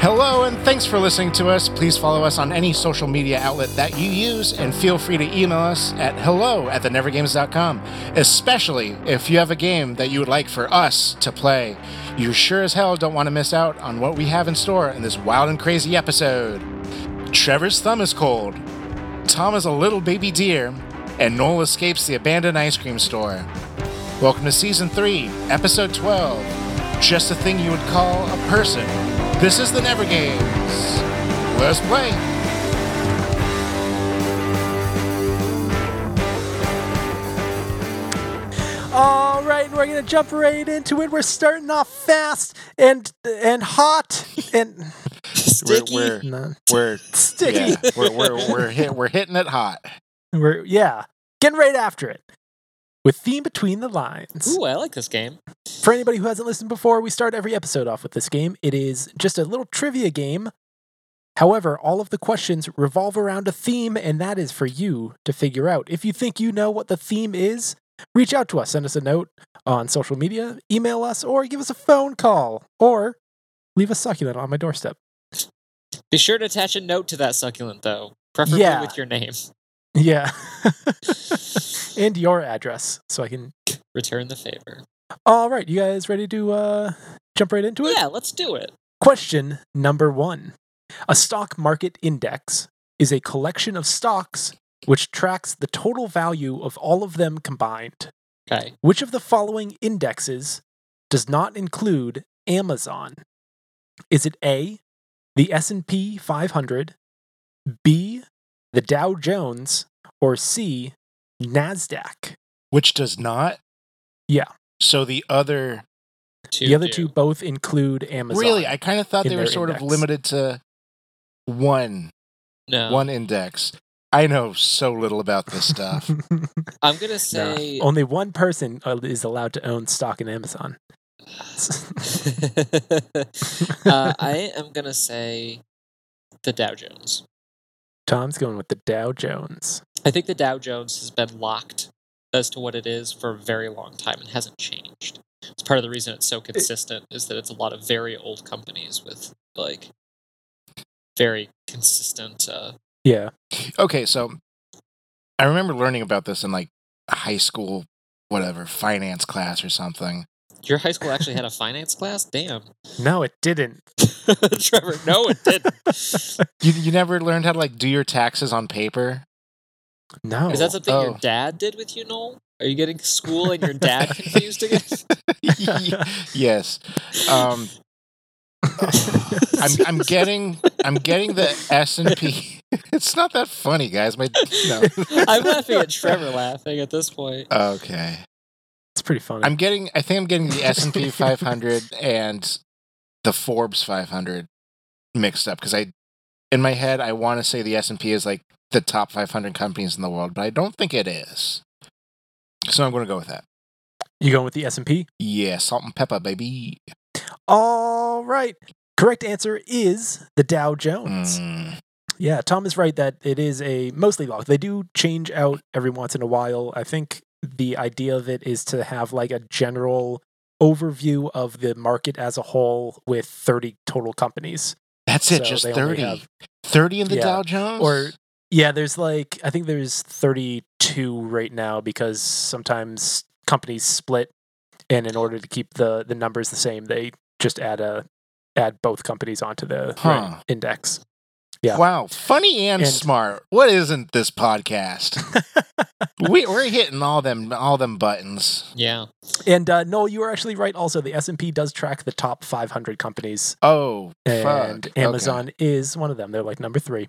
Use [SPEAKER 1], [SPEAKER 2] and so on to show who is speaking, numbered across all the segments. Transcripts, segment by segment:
[SPEAKER 1] Hello, and thanks for listening to us. Please follow us on any social media outlet that you use, and feel free to email us at hello at thenevergames.com, especially if you have a game that you would like for us to play. You sure as hell don't want to miss out on what we have in store in this wild and crazy episode. Trevor's thumb is cold, Tom is a little baby deer, and Noel escapes the abandoned ice cream store. Welcome to Season 3, Episode 12 Just a Thing You Would Call a Person. This is the Never Games. Let's play.
[SPEAKER 2] All right, we're gonna jump right into it. We're starting off fast and and hot and
[SPEAKER 1] We're-
[SPEAKER 3] Sticky.
[SPEAKER 1] We're,
[SPEAKER 2] no,
[SPEAKER 1] we're,
[SPEAKER 2] sticky.
[SPEAKER 1] yeah, we're, we're, we're, hit, we're hitting it hot.
[SPEAKER 2] We're yeah, getting right after it with theme between the lines.
[SPEAKER 3] Ooh, I like this game.
[SPEAKER 2] For anybody who hasn't listened before, we start every episode off with this game. It is just a little trivia game. However, all of the questions revolve around a theme, and that is for you to figure out. If you think you know what the theme is, reach out to us, send us a note on social media, email us, or give us a phone call, or leave a succulent on my doorstep.
[SPEAKER 3] Be sure to attach a note to that succulent, though, preferably
[SPEAKER 2] Yeah.
[SPEAKER 3] with your name.
[SPEAKER 2] Yeah. and your address, so I can.
[SPEAKER 3] Return the favor.
[SPEAKER 2] All right, you guys ready to uh, jump right into it?
[SPEAKER 3] Yeah, let's do it.
[SPEAKER 2] Question number one A stock market index is a collection of stocks which tracks the total value of all of them combined.
[SPEAKER 3] Okay.
[SPEAKER 2] Which of the following indexes does not include Amazon? Is it A, the S&P 500, B, the Dow Jones, or C, Nasdaq?
[SPEAKER 1] Which does not?
[SPEAKER 2] Yeah.
[SPEAKER 1] So the other.
[SPEAKER 3] Two
[SPEAKER 2] the other
[SPEAKER 3] do.
[SPEAKER 2] two both include Amazon.
[SPEAKER 1] Really, I kind of thought
[SPEAKER 2] in
[SPEAKER 1] they were
[SPEAKER 2] their
[SPEAKER 1] sort of
[SPEAKER 2] index.
[SPEAKER 1] limited to one,
[SPEAKER 3] No.
[SPEAKER 1] one index. I know so little about this stuff.
[SPEAKER 3] I'm gonna say.
[SPEAKER 2] Only one person uh, is allowed to own stock in Amazon.
[SPEAKER 3] uh, I am gonna say the Dow Jones.
[SPEAKER 2] Tom's going with the Dow Jones.
[SPEAKER 3] I think the Dow Jones has been locked as to what it is for a very long time and hasn't changed. It's part of the reason it's so consistent is that it's a lot of very old companies with like very consistent. Uh,
[SPEAKER 2] Yeah.
[SPEAKER 1] okay, so I remember learning about this in like high school, whatever, finance class or something.
[SPEAKER 3] your high school actually had a finance class? Damn,
[SPEAKER 2] No, it didn't.
[SPEAKER 3] Trevor. No, it didn't. Is
[SPEAKER 1] You, you never learned how to like do your taxes on paper?
[SPEAKER 2] No.
[SPEAKER 3] that something
[SPEAKER 1] oh.
[SPEAKER 3] your dad did with you, Noel? Are you getting school and your dad confused again?
[SPEAKER 1] yes. Um, I'm, I'm getting I'm getting the S and P. It's not that funny, guys. My no.
[SPEAKER 3] I'm laughing at Trevor laughing at this point.
[SPEAKER 1] Okay.
[SPEAKER 2] It's pretty funny.
[SPEAKER 1] I'm getting. I think I'm getting the S and P 500 and the Forbes 500 mixed up because I, in my head, I want to say the S and P is like the top 500 companies in the world, but I don't think it is. So I'm going to go with that.
[SPEAKER 2] you going with the S&P?
[SPEAKER 1] Yeah, salt and pepper, baby.
[SPEAKER 2] All right. Correct answer is the Dow Jones.
[SPEAKER 1] Mm,
[SPEAKER 2] Yeah, Tom is right that it is a mostly locked. They do change out every once in a while. I think the idea of it is to have like a general overview of the market as a whole with 30 total companies.
[SPEAKER 1] that's it.
[SPEAKER 2] So
[SPEAKER 1] just
[SPEAKER 2] they only
[SPEAKER 1] 30.
[SPEAKER 2] have-
[SPEAKER 1] 30 in the
[SPEAKER 2] Yeah.
[SPEAKER 1] Dow Jones.
[SPEAKER 2] or yeah there's like i think there's 32 right now because sometimes companies split and in order to keep the the numbers the same they just add a add both companies onto the
[SPEAKER 1] Huh.
[SPEAKER 2] index yeah.
[SPEAKER 1] Wow, funny and,
[SPEAKER 2] And-
[SPEAKER 1] smart. What isn't this podcast? we, we're hitting all them all them buttons.
[SPEAKER 3] Yeah.
[SPEAKER 2] and uh no you are actually right also the s&p does track the top 500 companies
[SPEAKER 1] Oh, fuck.
[SPEAKER 2] and
[SPEAKER 1] Okay.
[SPEAKER 2] amazon is one of them they're like number three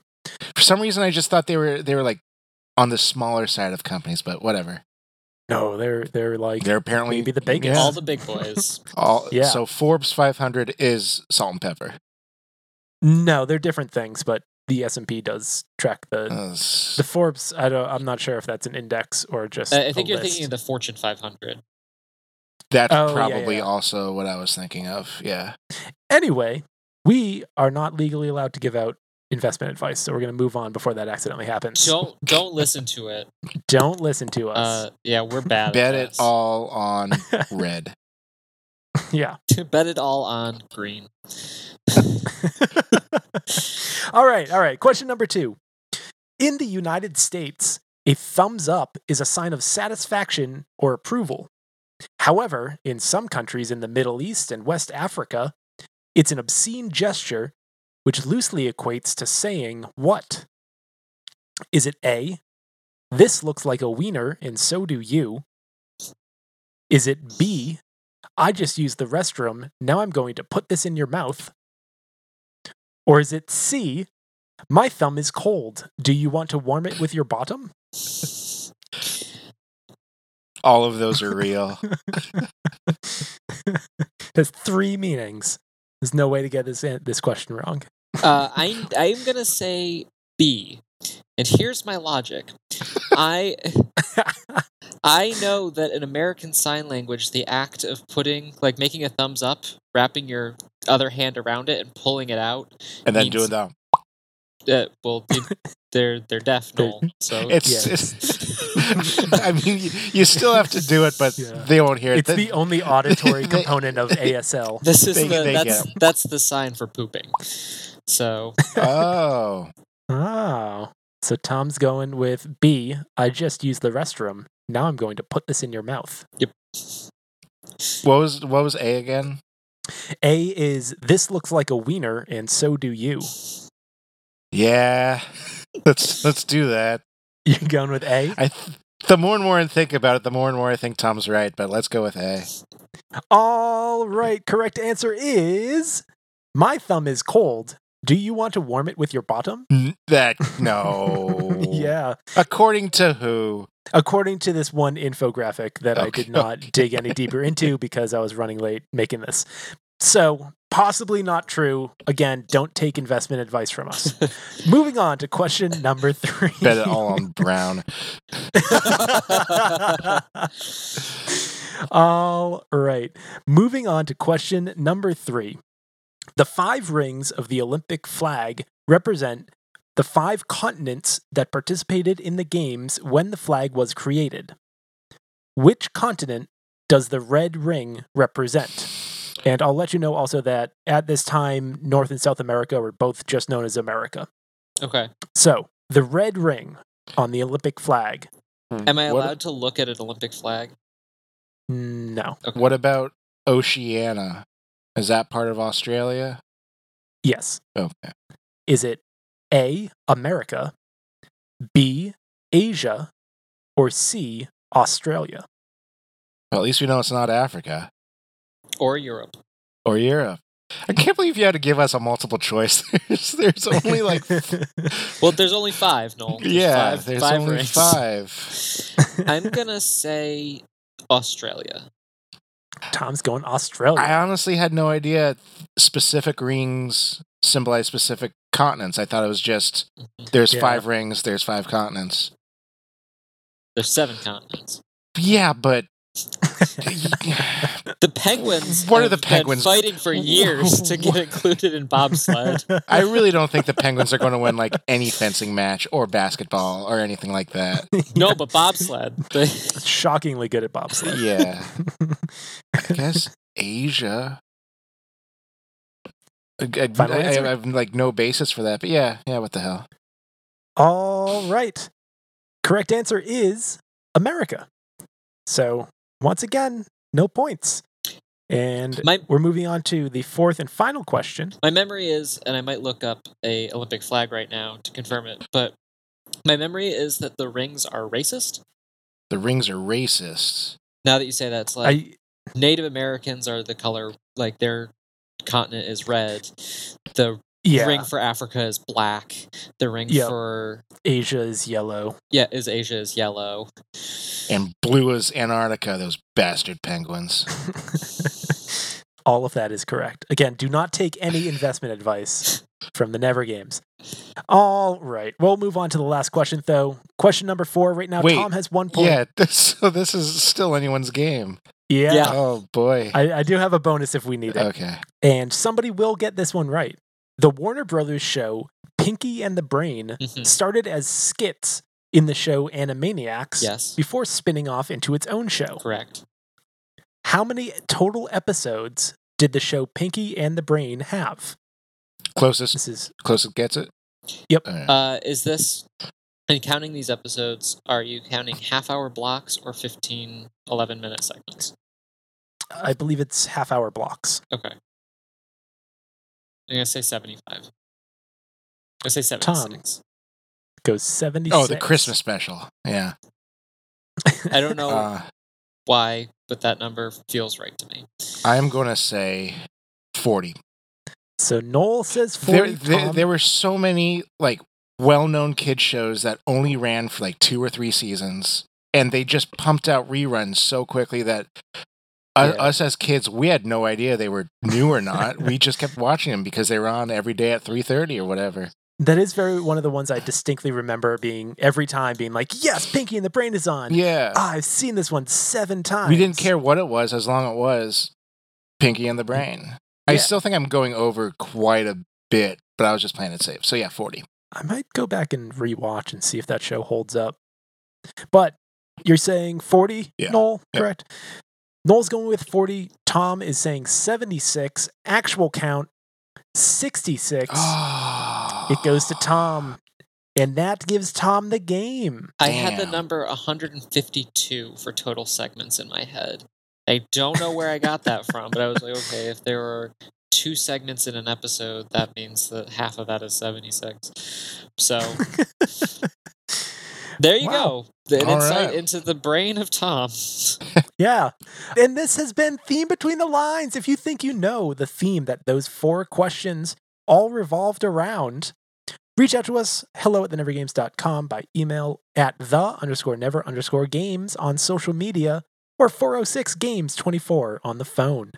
[SPEAKER 1] For some reason, I just thought they were they were like on the smaller side of companies, but whatever.
[SPEAKER 2] no they're they're like
[SPEAKER 1] They're apparently
[SPEAKER 2] Maybe the biggest.
[SPEAKER 1] Yeah.
[SPEAKER 3] All the big boys.
[SPEAKER 1] All-
[SPEAKER 2] Yeah.
[SPEAKER 1] So Forbes 500 is salt and pepper.
[SPEAKER 2] no they're different things but the s&p does track the
[SPEAKER 1] Uh, s-
[SPEAKER 2] The Forbes, I don't, I'm not sure if that's an index or just.
[SPEAKER 3] I I
[SPEAKER 2] a
[SPEAKER 3] think you're
[SPEAKER 2] list.
[SPEAKER 3] thinking of the Fortune 500.
[SPEAKER 1] That's
[SPEAKER 2] Oh, yeah,
[SPEAKER 1] probably
[SPEAKER 2] yeah.
[SPEAKER 1] also what I was thinking of. Yeah.
[SPEAKER 2] Anyway, we are not legally allowed to give out investment advice, so we're going to move on before that accidentally happens.
[SPEAKER 3] Don't don't listen to it.
[SPEAKER 2] Don't listen to us.
[SPEAKER 3] Uh, yeah, we're bad.
[SPEAKER 1] Bet
[SPEAKER 3] at
[SPEAKER 1] it
[SPEAKER 3] this.
[SPEAKER 1] all on red.
[SPEAKER 2] yeah.
[SPEAKER 3] Bet it all on green.
[SPEAKER 2] all right, all right. Question number two. In the United States, a thumbs up is a sign of satisfaction or approval. However, in some countries in the Middle East and West Africa, it's an obscene gesture which loosely equates to saying what? Is it A, this looks like a wiener and so do you? Is it B, I just used the restroom, now I'm going to put this in your mouth? Or is it C, my thumb is cold, do you want to warm it with your bottom?
[SPEAKER 1] All of those are real.
[SPEAKER 2] There's three meanings. There's no way to get this an- this question wrong.
[SPEAKER 3] Uh, I I'm gonna say B, and here's my logic. I I know that in American Sign Language, the act of putting like making a thumbs up, wrapping your other hand around it, and pulling it out.
[SPEAKER 1] And then
[SPEAKER 3] means-
[SPEAKER 1] doing that.
[SPEAKER 3] Uh, well, it- they're they're deaf, Noel. So
[SPEAKER 1] It's,
[SPEAKER 2] Yeah.
[SPEAKER 1] it's- I mean, you, you still have to do it, but
[SPEAKER 2] Yeah.
[SPEAKER 1] they won't hear it.
[SPEAKER 2] It's the only auditory
[SPEAKER 1] They-
[SPEAKER 2] component of ASL.
[SPEAKER 3] this is
[SPEAKER 1] They-
[SPEAKER 3] the
[SPEAKER 1] they
[SPEAKER 3] that's that's the sign for pooping. So
[SPEAKER 1] oh,
[SPEAKER 2] Oh. So Tom's going with B. I just used the restroom. Now I'm going to put this in your mouth.
[SPEAKER 1] what was what was A again?
[SPEAKER 2] A is this looks like a wiener, and so do you.
[SPEAKER 1] Yeah, let's let's do that.
[SPEAKER 2] You're going with A?
[SPEAKER 1] I th- the more and more I think about it, the more and more I think Tom's right. But let's go with A.
[SPEAKER 2] All right. Correct answer is my thumb is cold. Do you want to warm it with your bottom?
[SPEAKER 1] N- That no.
[SPEAKER 2] yeah.
[SPEAKER 1] According to who?
[SPEAKER 2] According to this one infographic that I did
[SPEAKER 1] Okay,
[SPEAKER 2] not dig any deeper into because I was running late making this. So, possibly not true. Again, don't take investment advice from us. Moving on to question number three.
[SPEAKER 1] Bet it all on Brown.
[SPEAKER 2] All right. Moving on to question number three. The five rings of the Olympic flag represent the five continents that participated in the games when the flag was created. Which continent does the red ring represent? And I'll let you know also that at this time, North and South America were both just known as America.
[SPEAKER 3] okay,
[SPEAKER 2] So the red ring on the Olympic flag.
[SPEAKER 3] am I
[SPEAKER 1] What-
[SPEAKER 3] allowed to look at an Olympic flag?
[SPEAKER 2] No.
[SPEAKER 1] What about Oceania? Is that part of Australia?
[SPEAKER 2] Yes.
[SPEAKER 1] Okay.
[SPEAKER 2] Is it A, America, B, Asia, or C, Australia?
[SPEAKER 1] Well, at least we know it's not Africa
[SPEAKER 3] Or Europe?
[SPEAKER 1] or Europe. I can't believe you had to give us a multiple choice. There's, there's only like,
[SPEAKER 3] Well, there's only five, Noel. There's
[SPEAKER 1] yeah,
[SPEAKER 3] five,
[SPEAKER 1] there's
[SPEAKER 3] five
[SPEAKER 1] only
[SPEAKER 3] rings.
[SPEAKER 1] five.
[SPEAKER 3] I'm gonna say Australia.
[SPEAKER 2] Tom's going Australia.
[SPEAKER 1] I honestly had no idea specific rings symbolize specific continents. I thought it was just
[SPEAKER 3] Mm-hmm.
[SPEAKER 1] there's
[SPEAKER 2] Yeah.
[SPEAKER 1] five rings, there's five continents.
[SPEAKER 3] There's seven continents.
[SPEAKER 1] Yeah, but
[SPEAKER 3] The Penguins.
[SPEAKER 1] What are the
[SPEAKER 3] have been
[SPEAKER 1] Penguins-
[SPEAKER 3] fighting for years to get included in bobsled?
[SPEAKER 1] I really don't think the Penguins are going to win like any fencing match or basketball or anything like that.
[SPEAKER 3] No, but bobsled. They-
[SPEAKER 2] Shockingly good at bobsled.
[SPEAKER 1] Yeah. I guess Asia. I, I,
[SPEAKER 2] Final
[SPEAKER 1] I- I
[SPEAKER 2] answer?
[SPEAKER 1] have like no basis for that, but yeah, yeah. What the hell?
[SPEAKER 2] All right. Correct answer is America. So, once again, no points. And
[SPEAKER 3] My-
[SPEAKER 2] we're moving on to the fourth and final question.
[SPEAKER 3] my memory is, and I might look up a Olympic flag right now to confirm it, but my memory is that the rings are racist.
[SPEAKER 1] The rings are racist.
[SPEAKER 3] Now that you say that, it's like
[SPEAKER 2] I,
[SPEAKER 3] Native Americans are the color, like their continent is red. The
[SPEAKER 2] yeah,
[SPEAKER 3] ring for Africa is black. The ring
[SPEAKER 2] Yep.
[SPEAKER 3] for
[SPEAKER 2] Asia is yellow.
[SPEAKER 3] yeah is Asia is yellow.
[SPEAKER 1] And blue is Antarctica. Those bastard penguins.
[SPEAKER 2] All of that is correct. Again, do not take any investment advice from the Never Games. All right. We'll move on to the last question, though. Question number four right now.
[SPEAKER 1] Wait,
[SPEAKER 2] Tom has one point.
[SPEAKER 1] Yeah. This, so this is still anyone's game.
[SPEAKER 2] Yeah.
[SPEAKER 3] Yeah.
[SPEAKER 1] Oh boy.
[SPEAKER 2] Ah, I, I do have a bonus if we need it.
[SPEAKER 1] okay.
[SPEAKER 2] And somebody will get this one right. The Warner Brothers show Pinky and the Brain
[SPEAKER 3] Mhm.
[SPEAKER 2] started as skits in the show Animaniacs
[SPEAKER 3] yes,
[SPEAKER 2] before spinning off into its own show.
[SPEAKER 3] correct.
[SPEAKER 2] How many total episodes did the show Pinky and the Brain have?
[SPEAKER 1] Closest,
[SPEAKER 2] This is
[SPEAKER 1] closest gets it.
[SPEAKER 2] Yep.
[SPEAKER 1] All right.
[SPEAKER 3] Uh, is this, in counting these episodes, are you counting half hour blocks or 15, 11 minute segments?
[SPEAKER 2] I believe it's half hour blocks.
[SPEAKER 3] Okay. I'm going to say 75. I'm going to say 76.
[SPEAKER 2] It goes 76.
[SPEAKER 1] oh, the Christmas special. Yeah.
[SPEAKER 3] I don't
[SPEAKER 2] Oh.
[SPEAKER 3] know
[SPEAKER 1] Uh,
[SPEAKER 3] why, but that number feels right to me.
[SPEAKER 1] I am going to say 40.
[SPEAKER 2] So Noel says 40.
[SPEAKER 1] There, there,
[SPEAKER 2] Tom-
[SPEAKER 1] there were so many like well-known kid shows that only ran for like two or three seasons, and they just pumped out reruns so quickly that u-
[SPEAKER 3] Yeah.
[SPEAKER 1] us as kids we had no idea they were new or not. we just kept watching them because they were on every day at three thirty or whatever.
[SPEAKER 2] That is very one of the ones I distinctly remember being every time being like, yes, Pinky and the Brain is on.
[SPEAKER 1] Yeah,
[SPEAKER 2] Ah, I've seen this one seven times. Mm.
[SPEAKER 1] we didn't care what it was as long as it was Pinky and the Brain. I
[SPEAKER 2] Yeah.
[SPEAKER 1] still think I'm going over quite a bit, but I was just playing it safe. So yeah, forty.
[SPEAKER 2] I might go back and rewatch and see if that show holds up. But you're saying 40,
[SPEAKER 1] Yeah.
[SPEAKER 2] Noel,
[SPEAKER 1] Yep.
[SPEAKER 2] correct? Noel's going with 40. Tom is saying 76. Actual count, 66.
[SPEAKER 1] Oh,
[SPEAKER 2] It goes
[SPEAKER 1] Ah.
[SPEAKER 2] to Tom. And that gives Tom the game.
[SPEAKER 3] I had the
[SPEAKER 1] Damn.
[SPEAKER 3] number 152 for total segments in my head. I don't know where I got that from, but I was like, okay, if there were two segments in an episode, that means that half of that is 76. So there you
[SPEAKER 2] Wow.
[SPEAKER 3] go. An
[SPEAKER 1] All
[SPEAKER 3] insight
[SPEAKER 1] right.
[SPEAKER 3] into the brain of Tom.
[SPEAKER 2] Yeah. And this has been Theme Between the Lines. If you think you know the theme that those four questions all revolved around, reach out to us, hello at thenevergames.com by email at the underscore never underscore games on social media or 406 games 24 on the phone.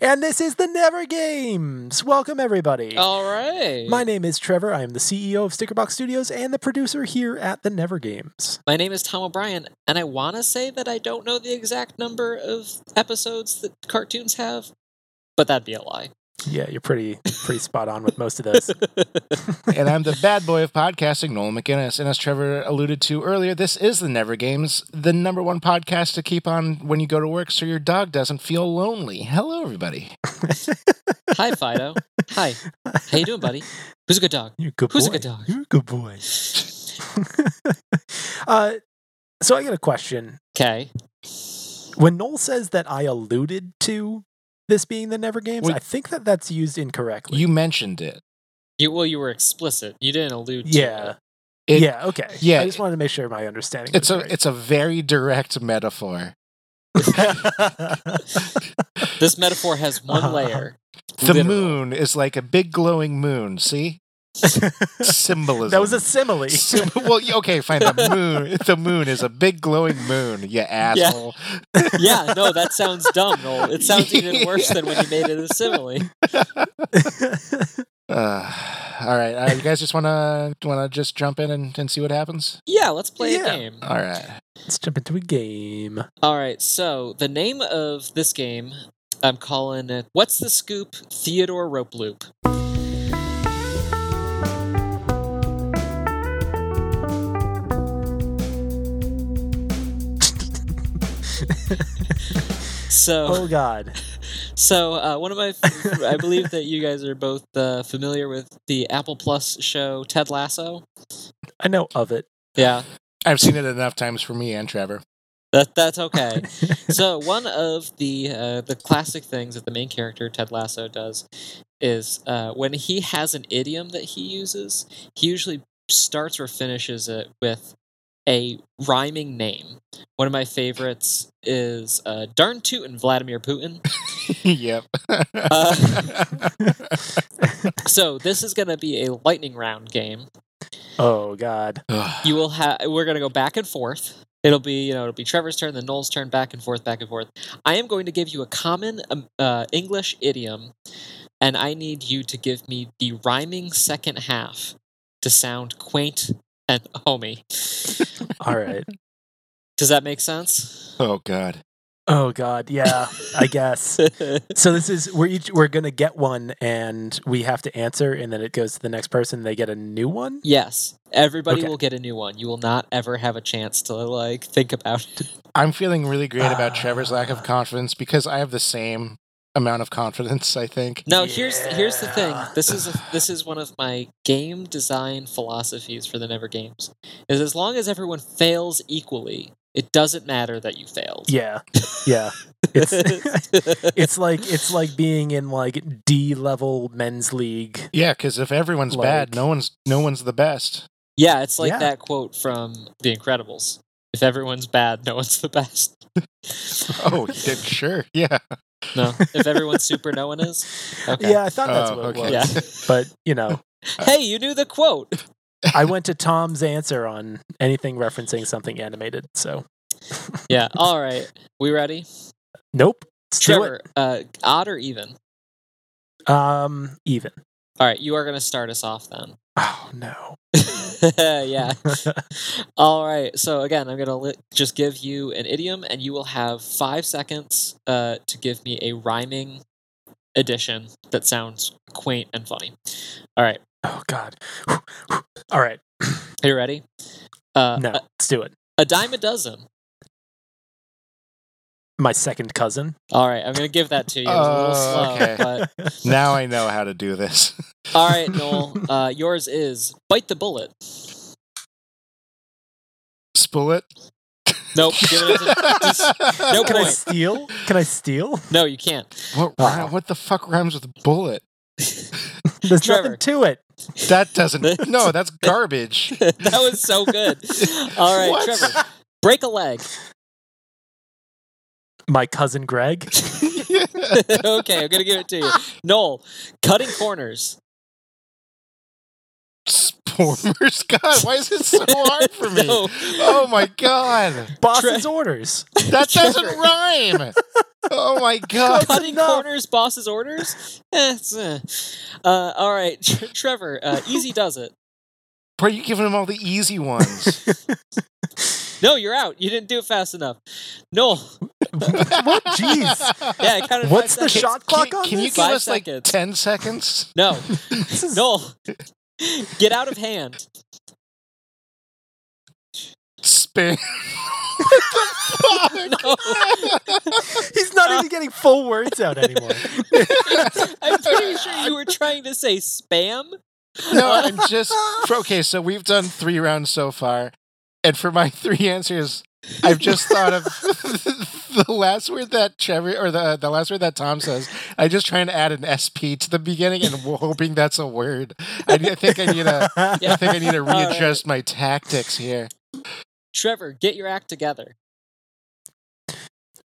[SPEAKER 2] And this is the Never Games. Welcome, everybody.
[SPEAKER 3] All right.
[SPEAKER 2] My name is Trevor. I am the CEO of Stickerbox Studios and the producer here at the Never Games.
[SPEAKER 3] My name is Tom O'Brien, and I want to say that I don't know the exact number of episodes that cartoons have, but that'd be a lie.
[SPEAKER 2] Yeah, you're pretty pretty spot on with most of those.
[SPEAKER 1] and I'm the bad boy of podcasting, Noel McGinnis. And as Trevor alluded to earlier, this is the Never Games, the number one podcast to keep on when you go to work so your dog doesn't feel lonely. Hello, everybody.
[SPEAKER 3] Hi, Fido. Hi. How you doing, buddy? Who's a good dog?
[SPEAKER 2] You're a good
[SPEAKER 3] Who's a
[SPEAKER 2] boy.
[SPEAKER 3] good dog?
[SPEAKER 2] You're a good boy. uh, so I got a question.
[SPEAKER 3] Okay.
[SPEAKER 2] When Noel says that I alluded to this being the Never Games,
[SPEAKER 1] Wait.
[SPEAKER 2] I think that that's used incorrectly.
[SPEAKER 1] You mentioned it.
[SPEAKER 3] You, well, you were explicit. You didn't allude to
[SPEAKER 2] yeah,
[SPEAKER 3] it.
[SPEAKER 1] It-
[SPEAKER 2] yeah, okay.
[SPEAKER 1] yeah,
[SPEAKER 2] I just wanted to make sure my understanding.
[SPEAKER 1] It's a
[SPEAKER 2] was right.
[SPEAKER 1] it's a very direct metaphor.
[SPEAKER 3] This metaphor has one
[SPEAKER 2] Uh-huh.
[SPEAKER 3] layer.
[SPEAKER 1] The
[SPEAKER 3] Literal.
[SPEAKER 1] moon is like a big glowing moon. See symbolism.
[SPEAKER 2] that was a simile.
[SPEAKER 1] Sim- well, yeah, okay, fine. The moon, the moon is a big glowing moon. You asshole.
[SPEAKER 3] Yeah, no, that sounds dumb, Noel. It sounds even worse than when you made it a simile.
[SPEAKER 1] Uh, all right, uh, you guys just wanna wanna just jump in and, and see what happens.
[SPEAKER 3] Yeah, let's play
[SPEAKER 2] Yeah.
[SPEAKER 3] a game.
[SPEAKER 1] All right.
[SPEAKER 2] Let's jump into a game.
[SPEAKER 3] All right, so the name of this game, I'm calling it What's the Scoop Theodore Rope Loop. So,
[SPEAKER 2] Oh God,
[SPEAKER 3] so uh, one of my, I believe that you guys are both uh, familiar with the Apple Plus show Ted Lasso.
[SPEAKER 2] I know of it.
[SPEAKER 3] Yeah,
[SPEAKER 1] I've seen it enough times for me and Trevor.
[SPEAKER 3] that that's okay. so one of the uh, the classic things that the main character Ted Lasso does is uh, when he has an idiom that he uses, he usually starts or finishes it with a rhyming name. One of my favorites is uh, "Darn Tootin' Vladimir Putin."
[SPEAKER 1] yep.
[SPEAKER 3] Uh. So this is going to be a lightning round game.
[SPEAKER 2] oh God.
[SPEAKER 1] Ugh.
[SPEAKER 3] You will have. We're going to go back and forth. It'll be you know it'll be Trevor's turn, then Noel's turn, back and forth, back and forth. I am going to give you a common um, uh, English idiom, and I need you to give me the rhyming second half to sound quaint and homey.
[SPEAKER 2] All right.
[SPEAKER 3] Does that make sense?
[SPEAKER 1] oh God.
[SPEAKER 2] Oh God. Yeah, I guess.
[SPEAKER 3] okay.
[SPEAKER 2] So this is we're each we're gonna get one and we have to answer and then it goes to the next person they get a new one.
[SPEAKER 3] Yes, everybody
[SPEAKER 2] Okay.
[SPEAKER 3] will get a new one. You will not ever have a chance to like think about it.
[SPEAKER 1] I'm feeling really great about
[SPEAKER 2] Ah.
[SPEAKER 1] Trevor's lack of confidence because I have the same amount of confidence, I think.
[SPEAKER 3] Now here's here's the thing.
[SPEAKER 2] Yeah.
[SPEAKER 3] This is a, this is one of my game design philosophies for the Never Games. Is as long as everyone fails equally, it doesn't matter that you failed.
[SPEAKER 2] Yeah, yeah. It's it's like it's like being in like D level men's league.
[SPEAKER 1] Yeah, because if everyone's bad,
[SPEAKER 2] Like-
[SPEAKER 1] no one's no one's the best.
[SPEAKER 3] yeah, it's like
[SPEAKER 2] Yeah.
[SPEAKER 3] that quote from The Incredibles. If everyone's bad, no one's the best.
[SPEAKER 1] Oh, yeah, sure, yeah.
[SPEAKER 3] No, if everyone's super, no one is. Okay.
[SPEAKER 2] Yeah, I thought that's
[SPEAKER 1] Oh,
[SPEAKER 2] what it
[SPEAKER 1] okay.
[SPEAKER 2] was.
[SPEAKER 3] Yeah.
[SPEAKER 2] But you know,
[SPEAKER 3] Hey, you knew the quote.
[SPEAKER 2] I went to Tom's answer on anything referencing something animated. So
[SPEAKER 3] Yeah. All right. We ready?
[SPEAKER 2] nope. Let's do
[SPEAKER 3] Trevor, uh, odd or even?
[SPEAKER 2] it. Um, even.
[SPEAKER 3] All right, you are going to start us off then.
[SPEAKER 2] Oh no.
[SPEAKER 3] yeah. All right. So again, I'm gonna li- just give you an idiom, and you will have five seconds uh, to give me a rhyming addition that sounds quaint and funny. All right.
[SPEAKER 2] Oh god. All right.
[SPEAKER 3] Are you ready? Uh,
[SPEAKER 2] No,
[SPEAKER 3] a,
[SPEAKER 2] let's do it.
[SPEAKER 3] a dime a dozen.
[SPEAKER 2] My second cousin.
[SPEAKER 3] All right. I'm gonna give that to you. It was a little
[SPEAKER 1] Oh,
[SPEAKER 3] slow,
[SPEAKER 1] okay.
[SPEAKER 3] but
[SPEAKER 1] Now I know how to do this.
[SPEAKER 3] all right, Noel. Uh, yours is bite the bullet.
[SPEAKER 1] Spool it.
[SPEAKER 3] Nope. Give it to- just- no
[SPEAKER 2] Can I
[SPEAKER 3] point.
[SPEAKER 2] steal? Can I steal?
[SPEAKER 3] no, you can't.
[SPEAKER 1] What,
[SPEAKER 3] Ah.
[SPEAKER 2] Wow.
[SPEAKER 1] ri- what the fuck rhymes with bullet?
[SPEAKER 2] There's
[SPEAKER 3] Trevor.
[SPEAKER 2] nothing to it.
[SPEAKER 1] That doesn't. No, that's garbage.
[SPEAKER 3] that was so good. All right,
[SPEAKER 1] What?
[SPEAKER 3] Trevor. Break a leg.
[SPEAKER 2] My cousin Greg.
[SPEAKER 3] okay, I'm gonna give it to you. Noel, cutting corners.
[SPEAKER 1] Spoilers. God, why is it so hard for me?
[SPEAKER 3] No.
[SPEAKER 1] Oh my god,
[SPEAKER 2] Boss's
[SPEAKER 3] Tre-
[SPEAKER 2] orders.
[SPEAKER 1] that doesn't
[SPEAKER 3] Trevor.
[SPEAKER 1] rhyme. Oh my god.
[SPEAKER 3] Cutting
[SPEAKER 2] enough.
[SPEAKER 3] corners, boss's orders. Eh, it's, eh. Uh, all right, Tre- Trevor, uh, easy does it.
[SPEAKER 1] Why are you giving him all the easy ones?
[SPEAKER 3] No, you're out. You didn't do it fast enough. Noel,
[SPEAKER 1] what?
[SPEAKER 2] Jeez.
[SPEAKER 3] yeah, I counted.
[SPEAKER 2] What's
[SPEAKER 3] five
[SPEAKER 2] the
[SPEAKER 3] seconds.
[SPEAKER 2] shot clock
[SPEAKER 1] can,
[SPEAKER 2] on
[SPEAKER 1] can you
[SPEAKER 2] this?
[SPEAKER 1] give
[SPEAKER 3] Five
[SPEAKER 1] us like
[SPEAKER 3] seconds.
[SPEAKER 1] 10 seconds?
[SPEAKER 3] No,
[SPEAKER 2] This is-
[SPEAKER 3] Noel, get out of hand.
[SPEAKER 1] Spin. what the
[SPEAKER 3] No,
[SPEAKER 2] He's not even getting full words out anymore.
[SPEAKER 3] I'm pretty sure you were trying to say spam.
[SPEAKER 1] No, I'm just okay. So we've done three rounds so far, and for my three answers, I've just thought of the last word that Trevor or the the last word that Tom says. I just trying to add an sp to the beginning and w- hoping that's a word. I, I think I need to. I think I need to
[SPEAKER 3] right.
[SPEAKER 1] readjust my tactics here.
[SPEAKER 3] Trevor, get your act together.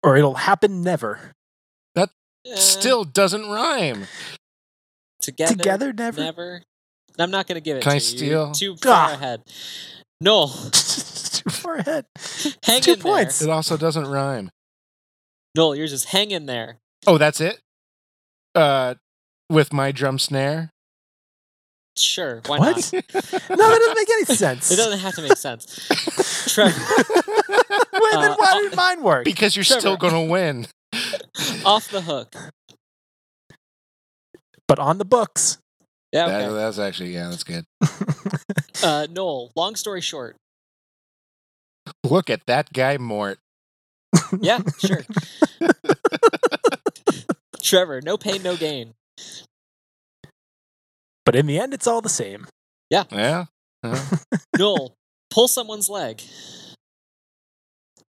[SPEAKER 2] Or it'll happen never.
[SPEAKER 3] Eh,
[SPEAKER 1] Still doesn't rime.
[SPEAKER 3] together.
[SPEAKER 2] Together never.
[SPEAKER 3] Never. I'm not gonna give it
[SPEAKER 1] Can
[SPEAKER 3] to
[SPEAKER 1] I
[SPEAKER 3] you. You're
[SPEAKER 1] steal?
[SPEAKER 3] Too far
[SPEAKER 2] Ah.
[SPEAKER 3] ahead. Noel,
[SPEAKER 2] Too far ahead.
[SPEAKER 3] hang
[SPEAKER 2] Two
[SPEAKER 3] in
[SPEAKER 2] points.
[SPEAKER 3] there.
[SPEAKER 1] It also doesn't rhyme.
[SPEAKER 3] Noel, you're just hang in there.
[SPEAKER 1] Oh, that's it. Uh, with my drum snare.
[SPEAKER 3] Sure, why
[SPEAKER 2] What?
[SPEAKER 3] not?
[SPEAKER 2] no, that doesn't make any sense.
[SPEAKER 3] It doesn't have to make sense. Trevor,
[SPEAKER 2] Wait, then
[SPEAKER 3] Uh,
[SPEAKER 2] why did mine work?
[SPEAKER 1] Because you're
[SPEAKER 3] Trevor.
[SPEAKER 1] still gonna win.
[SPEAKER 3] off the hook.
[SPEAKER 2] But on the books.
[SPEAKER 3] Yeah,
[SPEAKER 1] That-
[SPEAKER 3] okay.
[SPEAKER 1] that's actually yeah, that's good.
[SPEAKER 3] Uh, Noel, long story short.
[SPEAKER 1] Look at that guy, Mort.
[SPEAKER 3] Yeah, sure. Trevor, no pain, no gain.
[SPEAKER 2] But in the end, it's all the same.
[SPEAKER 1] Yeah. Huh?
[SPEAKER 3] Noel, pull someone's leg.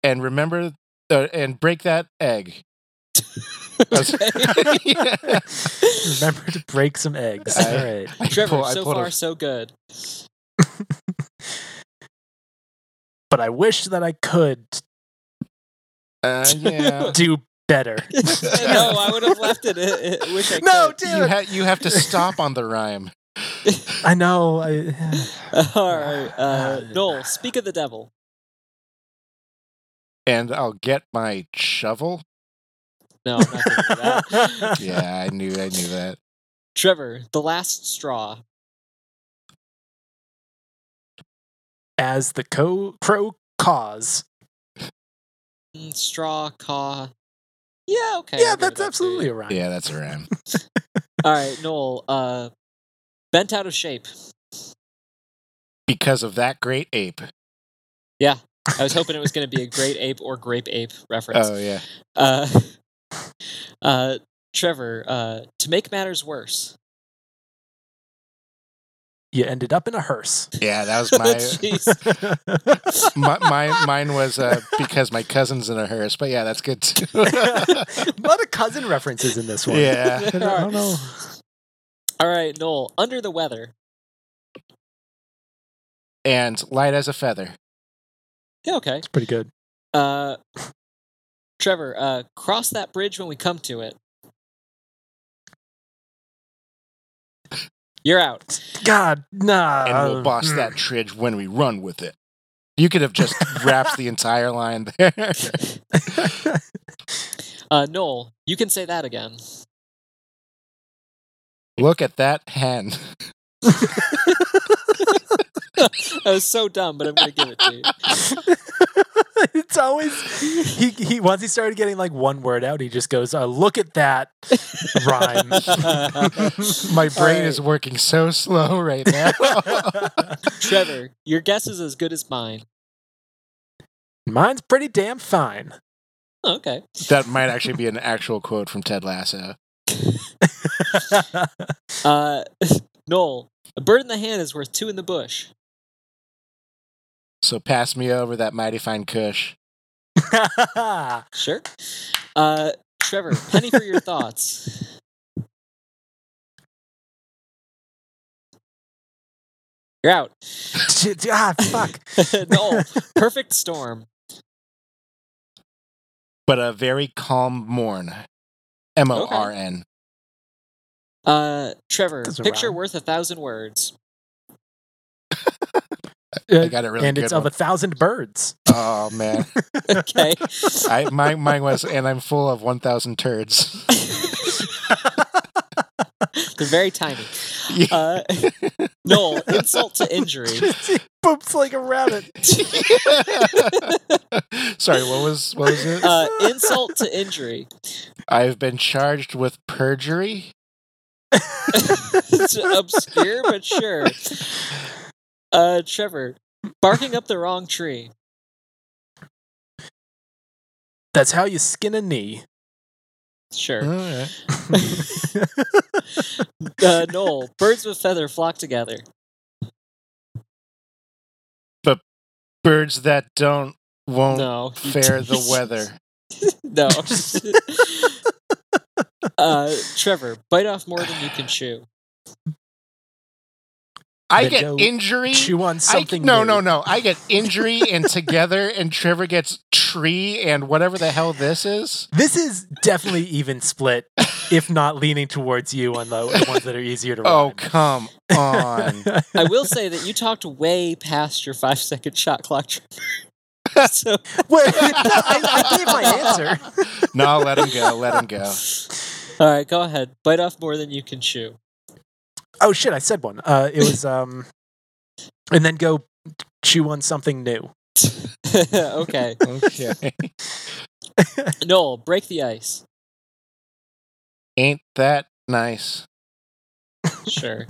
[SPEAKER 1] and remember, uh, and break that egg.
[SPEAKER 3] Okay.
[SPEAKER 1] Yeah.
[SPEAKER 2] Remember to break some eggs.
[SPEAKER 1] I-
[SPEAKER 2] all right.
[SPEAKER 1] I
[SPEAKER 3] Trevor,
[SPEAKER 1] pull- I
[SPEAKER 3] so
[SPEAKER 1] pulled a-
[SPEAKER 3] far, so good.
[SPEAKER 2] But I wish that I could
[SPEAKER 1] uh, yeah.
[SPEAKER 2] do better.
[SPEAKER 3] no, I would have left it. I- I wish I
[SPEAKER 2] No,
[SPEAKER 3] could.
[SPEAKER 2] dude.
[SPEAKER 1] you, ha- you have to stop on the rhyme.
[SPEAKER 2] I know. I,
[SPEAKER 3] All right. Uh,
[SPEAKER 2] Ah,
[SPEAKER 3] Noel, speak of the devil.
[SPEAKER 1] And I'll get my shovel.
[SPEAKER 3] No, I'm not going to do that.
[SPEAKER 1] Yeah, I knew, I knew that.
[SPEAKER 3] Trevor, the last straw.
[SPEAKER 2] As the co- crow caws.
[SPEAKER 3] Mm, Straw, caw. Yeah, okay.
[SPEAKER 2] yeah,
[SPEAKER 3] I'll give
[SPEAKER 2] that's
[SPEAKER 3] it that to
[SPEAKER 2] absolutely
[SPEAKER 3] you.
[SPEAKER 2] a rhyme.
[SPEAKER 1] Yeah, that's a rhyme.
[SPEAKER 3] All right, Noel, uh, bent out of shape.
[SPEAKER 1] Because of that great ape.
[SPEAKER 3] I was hoping it was
[SPEAKER 2] Oh,
[SPEAKER 3] going to be a great ape or grape ape reference.
[SPEAKER 1] Oh yeah.
[SPEAKER 3] Uh, uh, Trevor, uh, to make matters worse,
[SPEAKER 2] You ended up in a hearse.
[SPEAKER 1] Yeah, that was
[SPEAKER 2] uh,
[SPEAKER 1] my, uh,
[SPEAKER 3] Jeez.
[SPEAKER 1] my, my mine was uh, because my cousin's in a hearse, but yeah, that's good too.
[SPEAKER 2] a lot of cousin references in this one.
[SPEAKER 1] yeah.
[SPEAKER 2] I don't know.
[SPEAKER 3] All right, Noel, under the weather.
[SPEAKER 1] And light as a feather.
[SPEAKER 3] Yeah, okay.
[SPEAKER 2] It's pretty good.
[SPEAKER 3] Uh, Trevor, uh, cross that bridge when we come to it. You're out.
[SPEAKER 2] God, nah.
[SPEAKER 1] And we'll boss that tridge when we run with it. You could have just wrapped the entire line there.
[SPEAKER 2] that.
[SPEAKER 3] Uh, Noel, you can say that again.
[SPEAKER 1] Look at that hen.
[SPEAKER 3] That was so dumb, but I'm gonna give it to you.
[SPEAKER 2] it's always he, he once he started getting like one word out, he just goes, uh, "Look at that rhyme."
[SPEAKER 1] My brain
[SPEAKER 3] right.
[SPEAKER 1] is working so slow right now.
[SPEAKER 3] Trevor, your guess is as good as mine.
[SPEAKER 2] Mine's pretty damn fine.
[SPEAKER 3] Oh, okay.
[SPEAKER 1] that might actually be an actual quote from Ted Lasso.
[SPEAKER 3] Uh, Noel, a bird in the hand is worth two in the bush.
[SPEAKER 1] So pass me over that mighty fine cush.
[SPEAKER 3] Sure. Uh, Trevor, penny for your thoughts. You're out.
[SPEAKER 2] Shit, ah, fuck.
[SPEAKER 3] Noel, perfect storm.
[SPEAKER 1] But a very calm morn. M O R N.
[SPEAKER 3] Uh, Trevor,
[SPEAKER 2] Doesn't
[SPEAKER 3] picture
[SPEAKER 2] rhyme.
[SPEAKER 3] worth a thousand words.
[SPEAKER 1] I got it really
[SPEAKER 2] and
[SPEAKER 1] good.
[SPEAKER 2] it's
[SPEAKER 1] one.
[SPEAKER 2] of a thousand birds.
[SPEAKER 1] oh man.
[SPEAKER 3] Okay.
[SPEAKER 1] I my mine was and I'm full of one thousand turds.
[SPEAKER 3] They're very tiny.
[SPEAKER 1] Yeah.
[SPEAKER 3] Uh, Noel, insult to injury.
[SPEAKER 2] he poops like a rabbit.
[SPEAKER 1] Sorry, what was what was it?
[SPEAKER 3] Uh, insult to injury.
[SPEAKER 1] I've been charged with perjury.
[SPEAKER 3] It's obscure, but sure. Uh, Trevor, barking up the wrong tree.
[SPEAKER 2] That's how you skin a knee.
[SPEAKER 3] Sure.
[SPEAKER 1] Alright.
[SPEAKER 3] Uh, Noel, birds with feather flock together.
[SPEAKER 1] Birds that don't won't
[SPEAKER 3] No. you
[SPEAKER 1] fare the
[SPEAKER 3] didn't.
[SPEAKER 1] weather.
[SPEAKER 3] No. uh, Trevor, bite off more than you can chew.
[SPEAKER 1] I
[SPEAKER 2] That
[SPEAKER 1] get
[SPEAKER 2] don't
[SPEAKER 1] injury.
[SPEAKER 2] Chew on
[SPEAKER 1] I-
[SPEAKER 2] something.
[SPEAKER 1] no,
[SPEAKER 2] new.
[SPEAKER 1] no, no. I get injury and together, and Trevor gets tree and whatever the hell this is.
[SPEAKER 2] This is definitely even split, if not leaning towards you on the ones that are easier to
[SPEAKER 1] Oh,
[SPEAKER 2] rhyme.
[SPEAKER 1] come on.
[SPEAKER 3] I will say that you talked way past your five second shot clock. Trevor. so
[SPEAKER 2] Wait, I, I gave my answer.
[SPEAKER 1] no, let him go. Let him go.
[SPEAKER 3] All right, go ahead. Bite off more than you can chew.
[SPEAKER 2] Oh shit, I said one. Uh, it was um, and then go chew on something new.
[SPEAKER 3] okay.
[SPEAKER 1] Okay.
[SPEAKER 3] Noel, break the ice.
[SPEAKER 1] Ain't that nice?
[SPEAKER 3] Sure.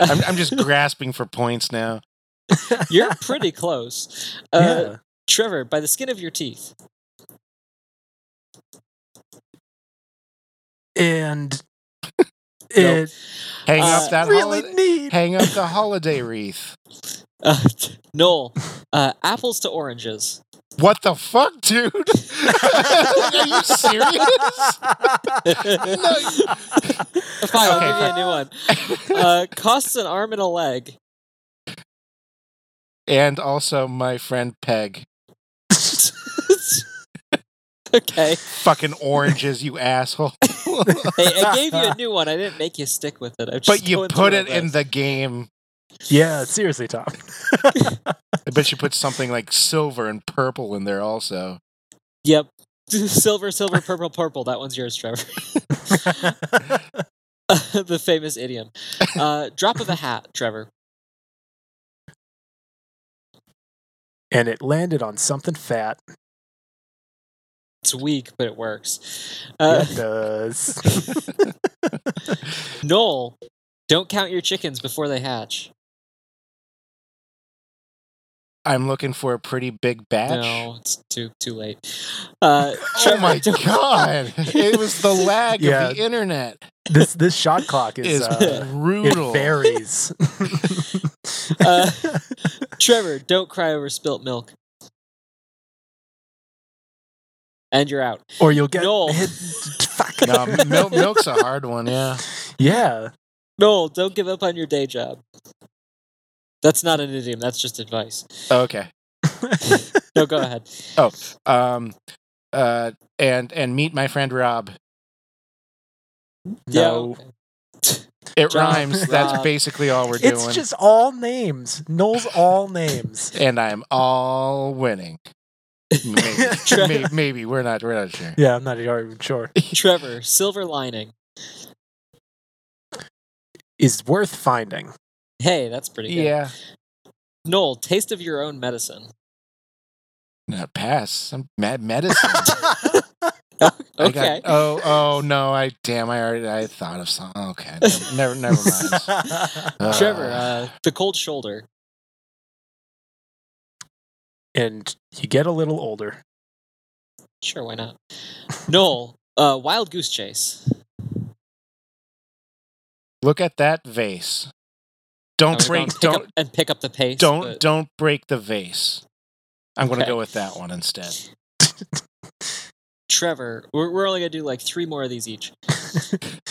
[SPEAKER 1] I'm, I'm just grasping for points now.
[SPEAKER 3] You're pretty close. Uh,
[SPEAKER 2] yeah.
[SPEAKER 3] Trevor, by the skin of your teeth.
[SPEAKER 2] and it
[SPEAKER 1] Hang
[SPEAKER 3] Uh,
[SPEAKER 1] up that
[SPEAKER 2] really
[SPEAKER 1] holiday.
[SPEAKER 2] neat.
[SPEAKER 1] Hang up the holiday wreath.
[SPEAKER 3] Uh, Noel, uh, apples to oranges.
[SPEAKER 1] What the fuck, dude? Are you serious? No. Okay,
[SPEAKER 3] Fine, I'll give you a new one. Uh, costs an arm and a leg.
[SPEAKER 1] And also my friend Peg.
[SPEAKER 3] okay.
[SPEAKER 1] Fucking oranges, you asshole.
[SPEAKER 3] Hey, I gave you a new one. I didn't make you stick with it. I'm just
[SPEAKER 1] But you
[SPEAKER 3] going
[SPEAKER 1] put
[SPEAKER 3] through
[SPEAKER 1] it
[SPEAKER 3] my
[SPEAKER 1] in
[SPEAKER 3] list.
[SPEAKER 1] the game.
[SPEAKER 2] yeah, seriously, Tom.
[SPEAKER 1] I bet you put something like silver and purple in there also.
[SPEAKER 3] Yep. Silver, silver, purple, purple. That one's yours, Trevor. the famous idiom. Uh, drop of a hat, Trevor.
[SPEAKER 2] and it landed on something fat.
[SPEAKER 3] It's weak, but it works.
[SPEAKER 2] Yeah,
[SPEAKER 3] Uh,
[SPEAKER 2] it does.
[SPEAKER 3] Noel, don't count your chickens before they hatch.
[SPEAKER 1] I'm looking for a pretty big batch.
[SPEAKER 3] No, it's too too late. Uh,
[SPEAKER 1] Oh my god! It was the lag
[SPEAKER 2] Yeah.
[SPEAKER 1] of the internet.
[SPEAKER 2] This this shot clock is,
[SPEAKER 1] Is
[SPEAKER 2] uh,
[SPEAKER 1] brutal.
[SPEAKER 2] it varies.
[SPEAKER 3] Uh, Trevor, don't cry over spilt milk. And you're out.
[SPEAKER 2] or you'll get
[SPEAKER 3] Noel.
[SPEAKER 2] hit. Fuck.
[SPEAKER 1] no, milk, milk's a hard one. Yeah.
[SPEAKER 2] Yeah.
[SPEAKER 3] Noel, don't give up on your day job. That's not an idiom. That's just advice.
[SPEAKER 1] Okay.
[SPEAKER 3] No, go ahead.
[SPEAKER 1] Um. Uh. And and meet my friend Rob.
[SPEAKER 3] Yeah,
[SPEAKER 2] No.
[SPEAKER 3] okay.
[SPEAKER 1] It
[SPEAKER 3] John,
[SPEAKER 1] rhymes. That's
[SPEAKER 3] Rob.
[SPEAKER 1] basically all we're
[SPEAKER 2] It's
[SPEAKER 1] doing.
[SPEAKER 2] just all names. Noel's all names.
[SPEAKER 1] and I'm all winning. Maybe,
[SPEAKER 3] Trevor.
[SPEAKER 1] maybe, maybe. we're not we're not sure.
[SPEAKER 2] Yeah, I'm not even sure.
[SPEAKER 3] Trevor, silver lining.
[SPEAKER 2] Is worth finding.
[SPEAKER 3] Hey, that's pretty good.
[SPEAKER 1] Yeah,
[SPEAKER 3] Noel, taste of your own medicine.
[SPEAKER 1] no, pass. I'm mad medicine. I got-
[SPEAKER 3] Okay.
[SPEAKER 1] oh oh no! I damn! I already I thought of something. Okay, never never mind. Uh,
[SPEAKER 3] Trevor, uh, the cold shoulder.
[SPEAKER 2] and you get a little older.
[SPEAKER 3] Sure, why not? Noel, uh, wild goose chase.
[SPEAKER 1] look at that vase.
[SPEAKER 3] I
[SPEAKER 1] Don't
[SPEAKER 3] was gonna
[SPEAKER 1] break.
[SPEAKER 3] pick
[SPEAKER 1] Don't
[SPEAKER 3] up and pick up the pace.
[SPEAKER 1] don't
[SPEAKER 3] but-
[SPEAKER 1] don't break the vase. I'm going to
[SPEAKER 3] Okay.
[SPEAKER 1] go with that one instead.
[SPEAKER 3] Trevor, we're, we're only gonna do like three more of these each.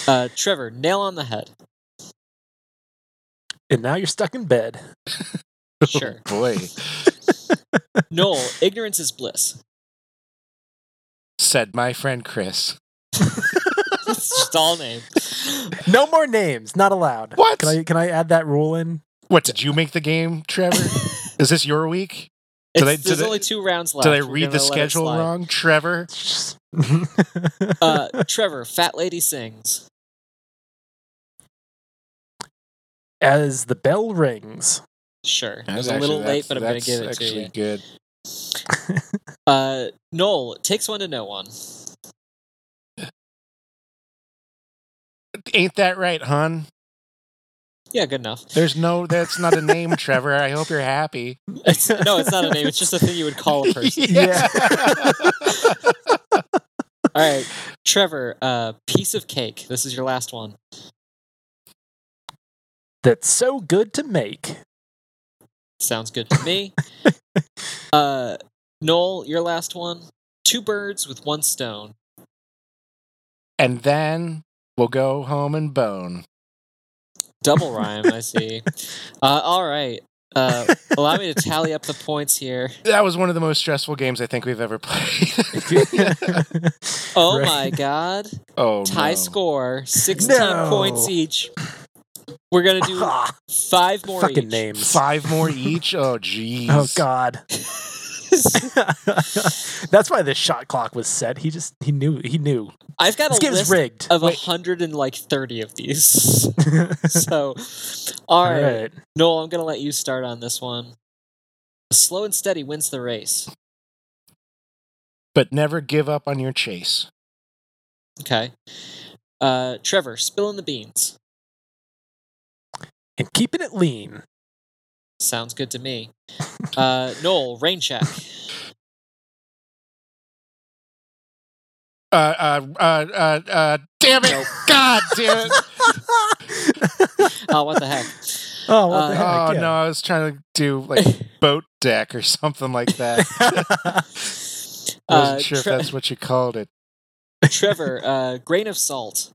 [SPEAKER 3] uh, Trevor, nail on the head.
[SPEAKER 2] And now you're stuck in bed.
[SPEAKER 3] Sure.
[SPEAKER 1] Boy,
[SPEAKER 3] Noel, ignorance is bliss.
[SPEAKER 1] said my friend Chris.
[SPEAKER 3] It's just all name.
[SPEAKER 2] No more names, not allowed.
[SPEAKER 1] What?
[SPEAKER 2] Can I can I add that rule in?
[SPEAKER 1] What did you make the game, Trevor? Is this your week? Did I-
[SPEAKER 3] It's-
[SPEAKER 1] did
[SPEAKER 3] there's
[SPEAKER 1] I-
[SPEAKER 3] only two rounds left.
[SPEAKER 1] Did I
[SPEAKER 3] We're
[SPEAKER 1] read the
[SPEAKER 3] gonna let it
[SPEAKER 1] schedule
[SPEAKER 3] slide.
[SPEAKER 1] wrong, Trevor?
[SPEAKER 3] Uh, Trevor, fat lady sings.
[SPEAKER 2] As the bell rings,
[SPEAKER 3] Sure. It
[SPEAKER 1] That's
[SPEAKER 3] was a
[SPEAKER 1] actually-
[SPEAKER 3] little late,
[SPEAKER 1] that's-
[SPEAKER 3] but I'm gonna
[SPEAKER 1] that's
[SPEAKER 3] give it to
[SPEAKER 1] actually
[SPEAKER 3] you.
[SPEAKER 1] Good.
[SPEAKER 3] Uh, Noel, it takes one to know one.
[SPEAKER 1] Ain't that right, hon?
[SPEAKER 3] Yeah, good enough.
[SPEAKER 1] There's no. That's not a name, Trevor. I hope you're happy.
[SPEAKER 3] It's, no, it's not a name. It's just a thing you would call a person.
[SPEAKER 2] Yeah.
[SPEAKER 3] All right, Trevor, uh, piece of cake. This is your last one.
[SPEAKER 2] that's so good to make.
[SPEAKER 3] Sounds good to me. uh, Noel, your last one. Two birds with one stone.
[SPEAKER 1] and then we'll go home and bone.
[SPEAKER 3] Double rhyme, I see. Uh, all right. Uh, allow me to tally up the points here.
[SPEAKER 1] That was one of the most stressful games I think we've ever played.
[SPEAKER 3] Oh
[SPEAKER 2] Right.
[SPEAKER 3] my god.
[SPEAKER 1] oh,
[SPEAKER 3] Tie
[SPEAKER 1] no.
[SPEAKER 3] score 16
[SPEAKER 2] No.
[SPEAKER 3] points each. We're going to do
[SPEAKER 2] Ah,
[SPEAKER 3] five more
[SPEAKER 2] fucking
[SPEAKER 3] each.
[SPEAKER 2] names.
[SPEAKER 1] Five more each. Oh, jeez.
[SPEAKER 2] Oh god. That's why the shot clock was set. He just he knew he knew.
[SPEAKER 3] I've got
[SPEAKER 2] This
[SPEAKER 3] a
[SPEAKER 2] game's
[SPEAKER 3] list
[SPEAKER 2] rigged.
[SPEAKER 3] of
[SPEAKER 1] Wait.
[SPEAKER 3] 130 of these.
[SPEAKER 2] All
[SPEAKER 3] so, all right.
[SPEAKER 2] right.
[SPEAKER 3] Noel, I'm going to let you start on this one. Slow and steady wins the race.
[SPEAKER 1] But never give up on your chase.
[SPEAKER 3] Okay. Uh, Trevor, spilling the beans.
[SPEAKER 2] And keeping it lean.
[SPEAKER 3] Sounds good to me. Uh, Noel, rain check.
[SPEAKER 1] Uh, uh, uh, uh, uh damn it!
[SPEAKER 3] Nope.
[SPEAKER 1] God damn it!
[SPEAKER 3] Oh, what the heck?
[SPEAKER 2] Oh, what the
[SPEAKER 3] Uh,
[SPEAKER 2] heck?
[SPEAKER 1] Oh
[SPEAKER 2] yeah.
[SPEAKER 1] no, I was trying to do like boat deck or something like that. I wasn't
[SPEAKER 3] Uh,
[SPEAKER 1] sure
[SPEAKER 3] Tre-
[SPEAKER 1] if that's what you called it.
[SPEAKER 3] Trevor, uh, grain of salt.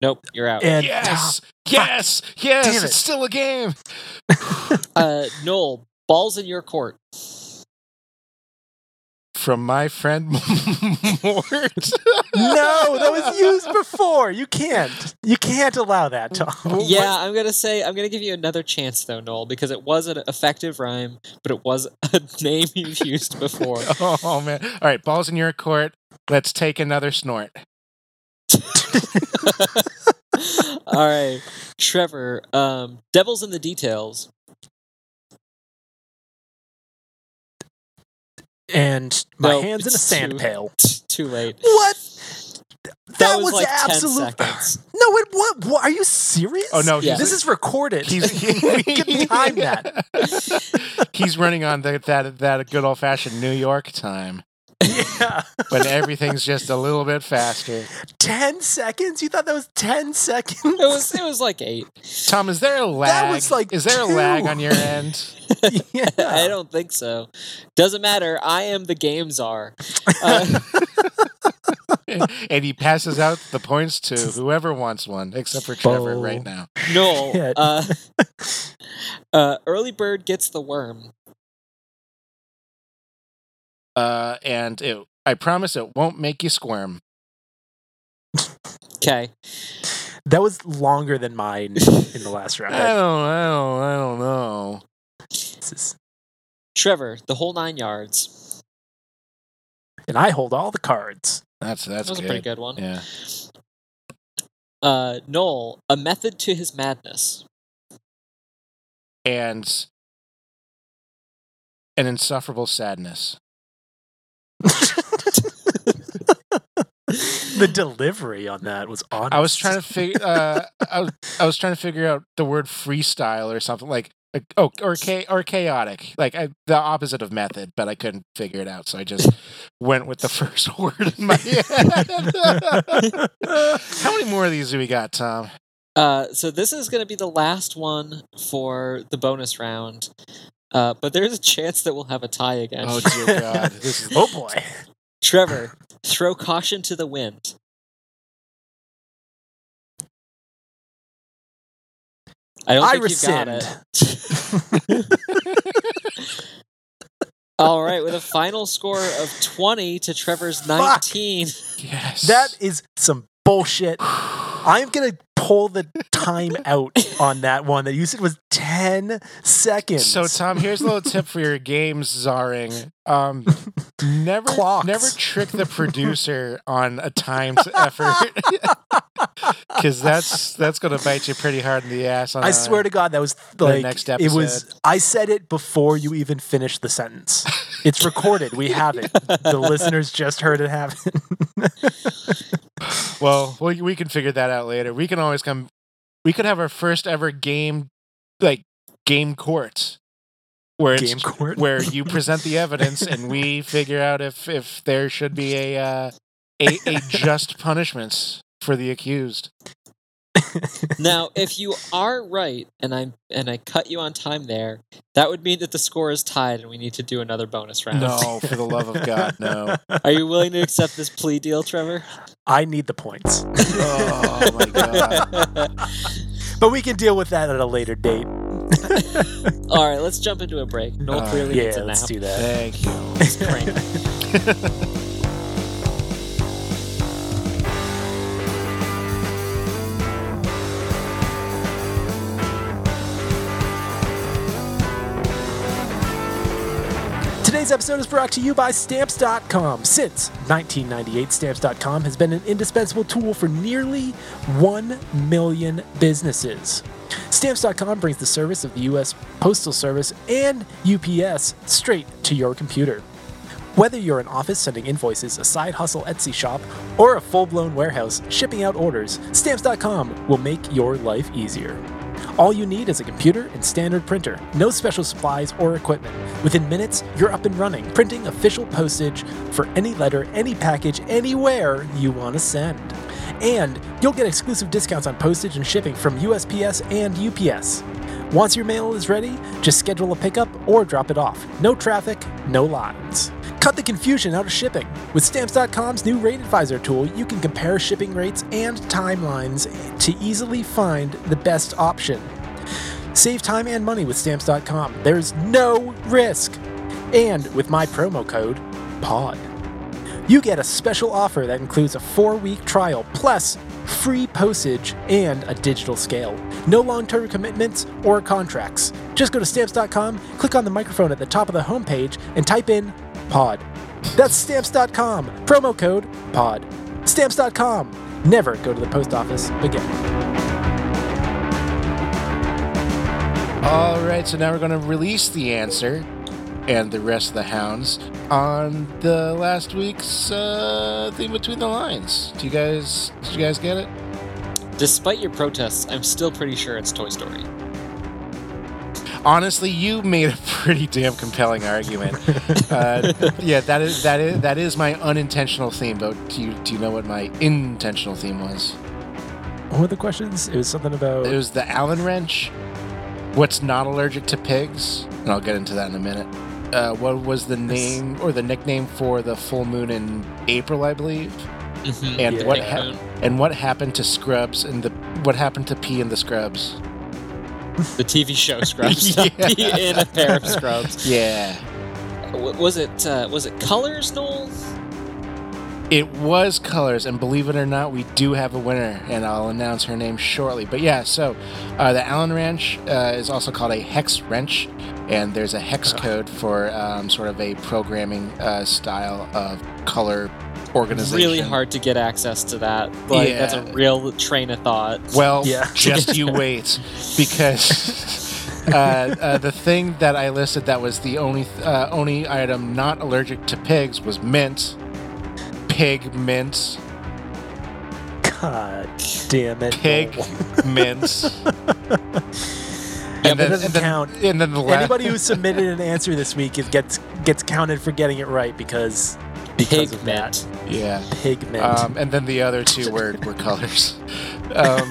[SPEAKER 3] Nope, you're out.
[SPEAKER 2] and oh,
[SPEAKER 1] yes, yes, yes! It's
[SPEAKER 2] Damn it.
[SPEAKER 1] still a game.
[SPEAKER 3] Uh, Noel, balls in your court.
[SPEAKER 1] From my friend Mort.
[SPEAKER 2] no, that was used before. You can't. You can't allow that, Tom.
[SPEAKER 1] Mm-hmm. What?
[SPEAKER 3] Yeah, I'm gonna say I'm gonna give you another chance though, Noel, because it was an effective rhyme, but it was a name you've used before.
[SPEAKER 1] Oh man! All right, balls in your court. Let's take another snort.
[SPEAKER 3] All right, Trevor, um, devils in the details.
[SPEAKER 2] And my
[SPEAKER 3] No,
[SPEAKER 2] hands in a
[SPEAKER 3] it's
[SPEAKER 2] sand
[SPEAKER 3] too-
[SPEAKER 2] pail.
[SPEAKER 3] Too late.
[SPEAKER 2] What? That,
[SPEAKER 3] was,
[SPEAKER 2] was,
[SPEAKER 3] like 10
[SPEAKER 2] absolute.
[SPEAKER 3] seconds.
[SPEAKER 2] No, it, what, what? Are you serious?
[SPEAKER 1] Oh, no,
[SPEAKER 3] Yeah.
[SPEAKER 2] This is recorded.
[SPEAKER 1] He's
[SPEAKER 2] we can time that.
[SPEAKER 1] He's running on the, that that good old fashioned New York time
[SPEAKER 2] yeah.
[SPEAKER 1] when everything's just a little bit faster.
[SPEAKER 2] 10 seconds? You thought that was 10 seconds?
[SPEAKER 3] It was it was like eight.
[SPEAKER 1] Tom, is there a lag?
[SPEAKER 2] was like
[SPEAKER 1] is there
[SPEAKER 2] two.
[SPEAKER 1] a lag on your end?
[SPEAKER 2] yeah.
[SPEAKER 3] I don't think so. Doesn't matter. I am the game czar. Uh,
[SPEAKER 1] and he passes out the points to whoever wants one, except for Trevor
[SPEAKER 2] Bo.
[SPEAKER 1] right now.
[SPEAKER 3] no.
[SPEAKER 2] Yeah.
[SPEAKER 3] Uh, uh, early bird gets the worm.
[SPEAKER 1] Uh, and it, I promise it won't make you squirm.
[SPEAKER 3] Okay.
[SPEAKER 2] That was longer than mine in the last round.
[SPEAKER 1] I don't, I don't, I don't know.
[SPEAKER 2] This is-
[SPEAKER 3] Trevor, the whole nine yards.
[SPEAKER 2] and I hold all the cards.
[SPEAKER 1] That's that's
[SPEAKER 3] that was
[SPEAKER 1] good.
[SPEAKER 3] a pretty good one.
[SPEAKER 1] Yeah.
[SPEAKER 3] Uh, Noel, a method to his madness.
[SPEAKER 1] And an insufferable sadness.
[SPEAKER 2] The delivery on that was honest.
[SPEAKER 1] I was trying to figure. Uh, I, was, I was trying to figure out the word freestyle or something like. like, Oh, or cha- or chaotic, like I, the opposite of method, but I couldn't figure it out, so I just went with the first word in my head.
[SPEAKER 2] Oh,
[SPEAKER 1] How many more of these do we got, Tom?
[SPEAKER 3] Uh, so this is going to be the last one for the bonus round. Uh, but there's a chance that we'll have a tie again.
[SPEAKER 1] Oh dear God, this is
[SPEAKER 2] oh boy.
[SPEAKER 3] Trevor, throw caution to the wind. I don't
[SPEAKER 2] I
[SPEAKER 3] think you
[SPEAKER 2] rescind.
[SPEAKER 3] got it. All right, with a final score of 20 to Trevor's 19.
[SPEAKER 1] yes.
[SPEAKER 2] That is some bullshit. I'm going to pull the time out on that one that you said was 10 seconds.
[SPEAKER 1] so, Tom, here's a little tip for your games czarring. Um, never,
[SPEAKER 2] Clocks.
[SPEAKER 1] never trick the producer on a timed effort, because that's that's going to bite you pretty hard in the ass. On
[SPEAKER 2] I swear to God, that was like
[SPEAKER 1] next
[SPEAKER 2] it was. I said it before you even finished the sentence. It's recorded. We have it. The listeners just heard it happen.
[SPEAKER 1] Well, we, we can figure that out later. We can always come. We could have our first ever game, like game court, where it's
[SPEAKER 2] Game court.
[SPEAKER 1] where you present the evidence and we figure out if if there should be a uh, a, a just punishment for the accused.
[SPEAKER 3] Now, if you are right and I and I cut you on time there, that would mean that the score is tied and we need to do another bonus round.
[SPEAKER 1] No, for the love of God, no!
[SPEAKER 3] Are you willing to accept this plea deal, Trevor?
[SPEAKER 2] I need the points,
[SPEAKER 1] Oh my God!
[SPEAKER 2] but we can deal with that at a later date.
[SPEAKER 3] All right, let's jump into a break. Noel
[SPEAKER 1] All
[SPEAKER 3] clearly
[SPEAKER 2] Yeah,
[SPEAKER 3] needs a nap.
[SPEAKER 2] let's do that.
[SPEAKER 1] Thank you.
[SPEAKER 3] Let's prank.
[SPEAKER 2] Today's episode is brought to you by Stamps.com. Since 1998, Stamps.com has been an indispensable tool for nearly 1 million businesses. Stamps.com brings the service of the U.S. Postal Service and UPS straight to your computer. Whether you're an office sending invoices, a side hustle Etsy shop, or a full blown warehouse shipping out orders, stamps.com will make your life easier. All you need is a computer and standard printer, no special supplies or equipment. Within minutes, you're up and running, printing official postage for any letter, any package, anywhere you want to send. And you'll get exclusive discounts on postage and shipping from USPS and UPS. Once your mail is ready, just schedule a pickup or drop it off. No traffic, no lines. Cut the confusion out of shipping. With Stamps.com's new Rate Advisor tool, you can compare shipping rates and timelines to easily find the best option. Save time and money with Stamps.com. There's no risk. And with my promo code, POD you get a special offer that includes a four week trial plus free postage and a digital scale. No long term commitments or contracts. Just go to stamps.com, click on the microphone at the top of the homepage, and type in POD. That's stamps.com, promo code POD. Stamps.com. Never go to the post office again.
[SPEAKER 1] All right, so now we're going to release the answer and the rest of the hounds on the last week's uh, thing between the lines. Do you guys? Did you guys get it?
[SPEAKER 3] Despite your protests, I'm still pretty sure it's Toy Story.
[SPEAKER 1] Honestly, you made a pretty damn compelling argument. Uh, yeah, that is that is that is my unintentional theme. But do you do you know what my intentional theme was?
[SPEAKER 2] One of the questions, it was something about.
[SPEAKER 1] It was the Allen wrench. What's not allergic to pigs? And I'll get into that in a minute. Uh, what was the name or the nickname for the full moon in April? I believe.
[SPEAKER 3] Mhm.
[SPEAKER 1] And
[SPEAKER 2] Yeah.
[SPEAKER 1] what
[SPEAKER 3] Big
[SPEAKER 1] hap
[SPEAKER 3] Moon.
[SPEAKER 1] and what happened to Scrubs and the what happened to P in the Scrubs?
[SPEAKER 3] The TV show Scrubs. not
[SPEAKER 1] Yeah.
[SPEAKER 3] be in a pair of Scrubs.
[SPEAKER 1] Yeah.
[SPEAKER 3] W- was it uh, was it Colors, Noel?
[SPEAKER 1] It was colors, and believe it or not, we do have a winner, and I'll announce her name shortly. But yeah, so uh, the Allen wrench uh, is also called a hex wrench, and there's a hex
[SPEAKER 3] Uh-huh.
[SPEAKER 1] code for um, sort of a programming uh, style of color organization.
[SPEAKER 3] Really hard to get access to that. Like that's
[SPEAKER 1] Yeah.
[SPEAKER 3] a real train of thought.
[SPEAKER 1] Well,
[SPEAKER 2] Yeah.
[SPEAKER 1] just you wait, because uh, uh, the thing that I listed that was the only uh, only item not allergic to pigs was mint, pig mint,
[SPEAKER 2] God damn it.
[SPEAKER 1] pig
[SPEAKER 2] Noel.
[SPEAKER 1] mint.
[SPEAKER 2] Yeah,
[SPEAKER 1] And
[SPEAKER 2] but it
[SPEAKER 1] then-
[SPEAKER 2] doesn't
[SPEAKER 1] and then-
[SPEAKER 2] count.
[SPEAKER 1] And then the last,
[SPEAKER 2] Anybody who submitted an answer this week it gets gets counted for getting it right because because of that.
[SPEAKER 3] Pigment.
[SPEAKER 1] yeah.
[SPEAKER 2] Pigment.
[SPEAKER 1] Um, and then the other two were, were colors. Um,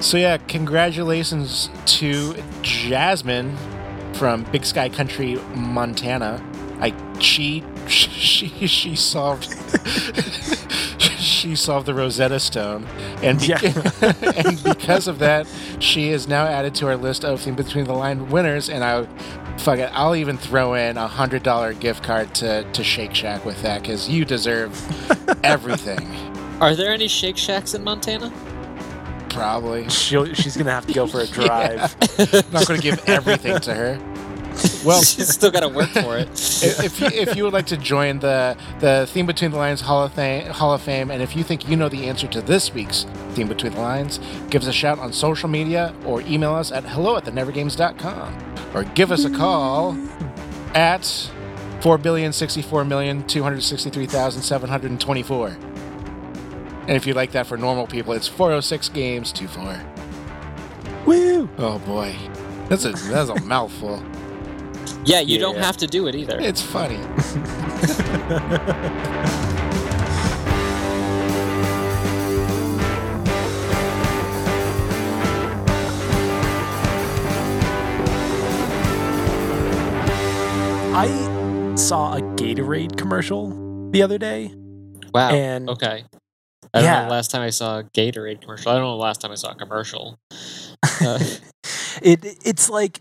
[SPEAKER 1] so yeah, congratulations to Jasmine from Big Sky Country, Montana. I she she she solved she solved the Rosetta Stone, and, be-
[SPEAKER 2] Yeah.
[SPEAKER 1] and because of that, she is now added to our list of theme between the line winners. And I fuck it, I'll even throw in a hundred dollar gift card to to Shake Shack with that because you deserve everything.
[SPEAKER 3] Are there any Shake Shacks in Montana?
[SPEAKER 1] Probably.
[SPEAKER 2] She'll, she's gonna have to go for a drive.
[SPEAKER 1] I'm not going to give everything to her. Well,
[SPEAKER 3] She's still got to work for it.
[SPEAKER 1] if, if you, if you would like to join the the Theme Between the Lines Hall of, Fame, Hall of Fame, and if you think you know the answer to this week's Theme Between the Lines, give us a shout on social media or email us at hello at thenevergames.com or give us a call at 4,064,263,724. And if you like that for normal people, it's 406 games 24.
[SPEAKER 2] Woo!
[SPEAKER 1] Oh boy, that's a that's a mouthful.
[SPEAKER 3] yeah, you don't
[SPEAKER 2] Yeah.
[SPEAKER 3] have to do it either.
[SPEAKER 1] It's funny.
[SPEAKER 2] I saw a Gatorade commercial the other day,
[SPEAKER 3] wow.
[SPEAKER 2] and
[SPEAKER 3] Okay. I don't know
[SPEAKER 2] Yeah.
[SPEAKER 3] the last time I saw a Gatorade commercial. I don't know the last time I saw a commercial. Uh,
[SPEAKER 2] it it's like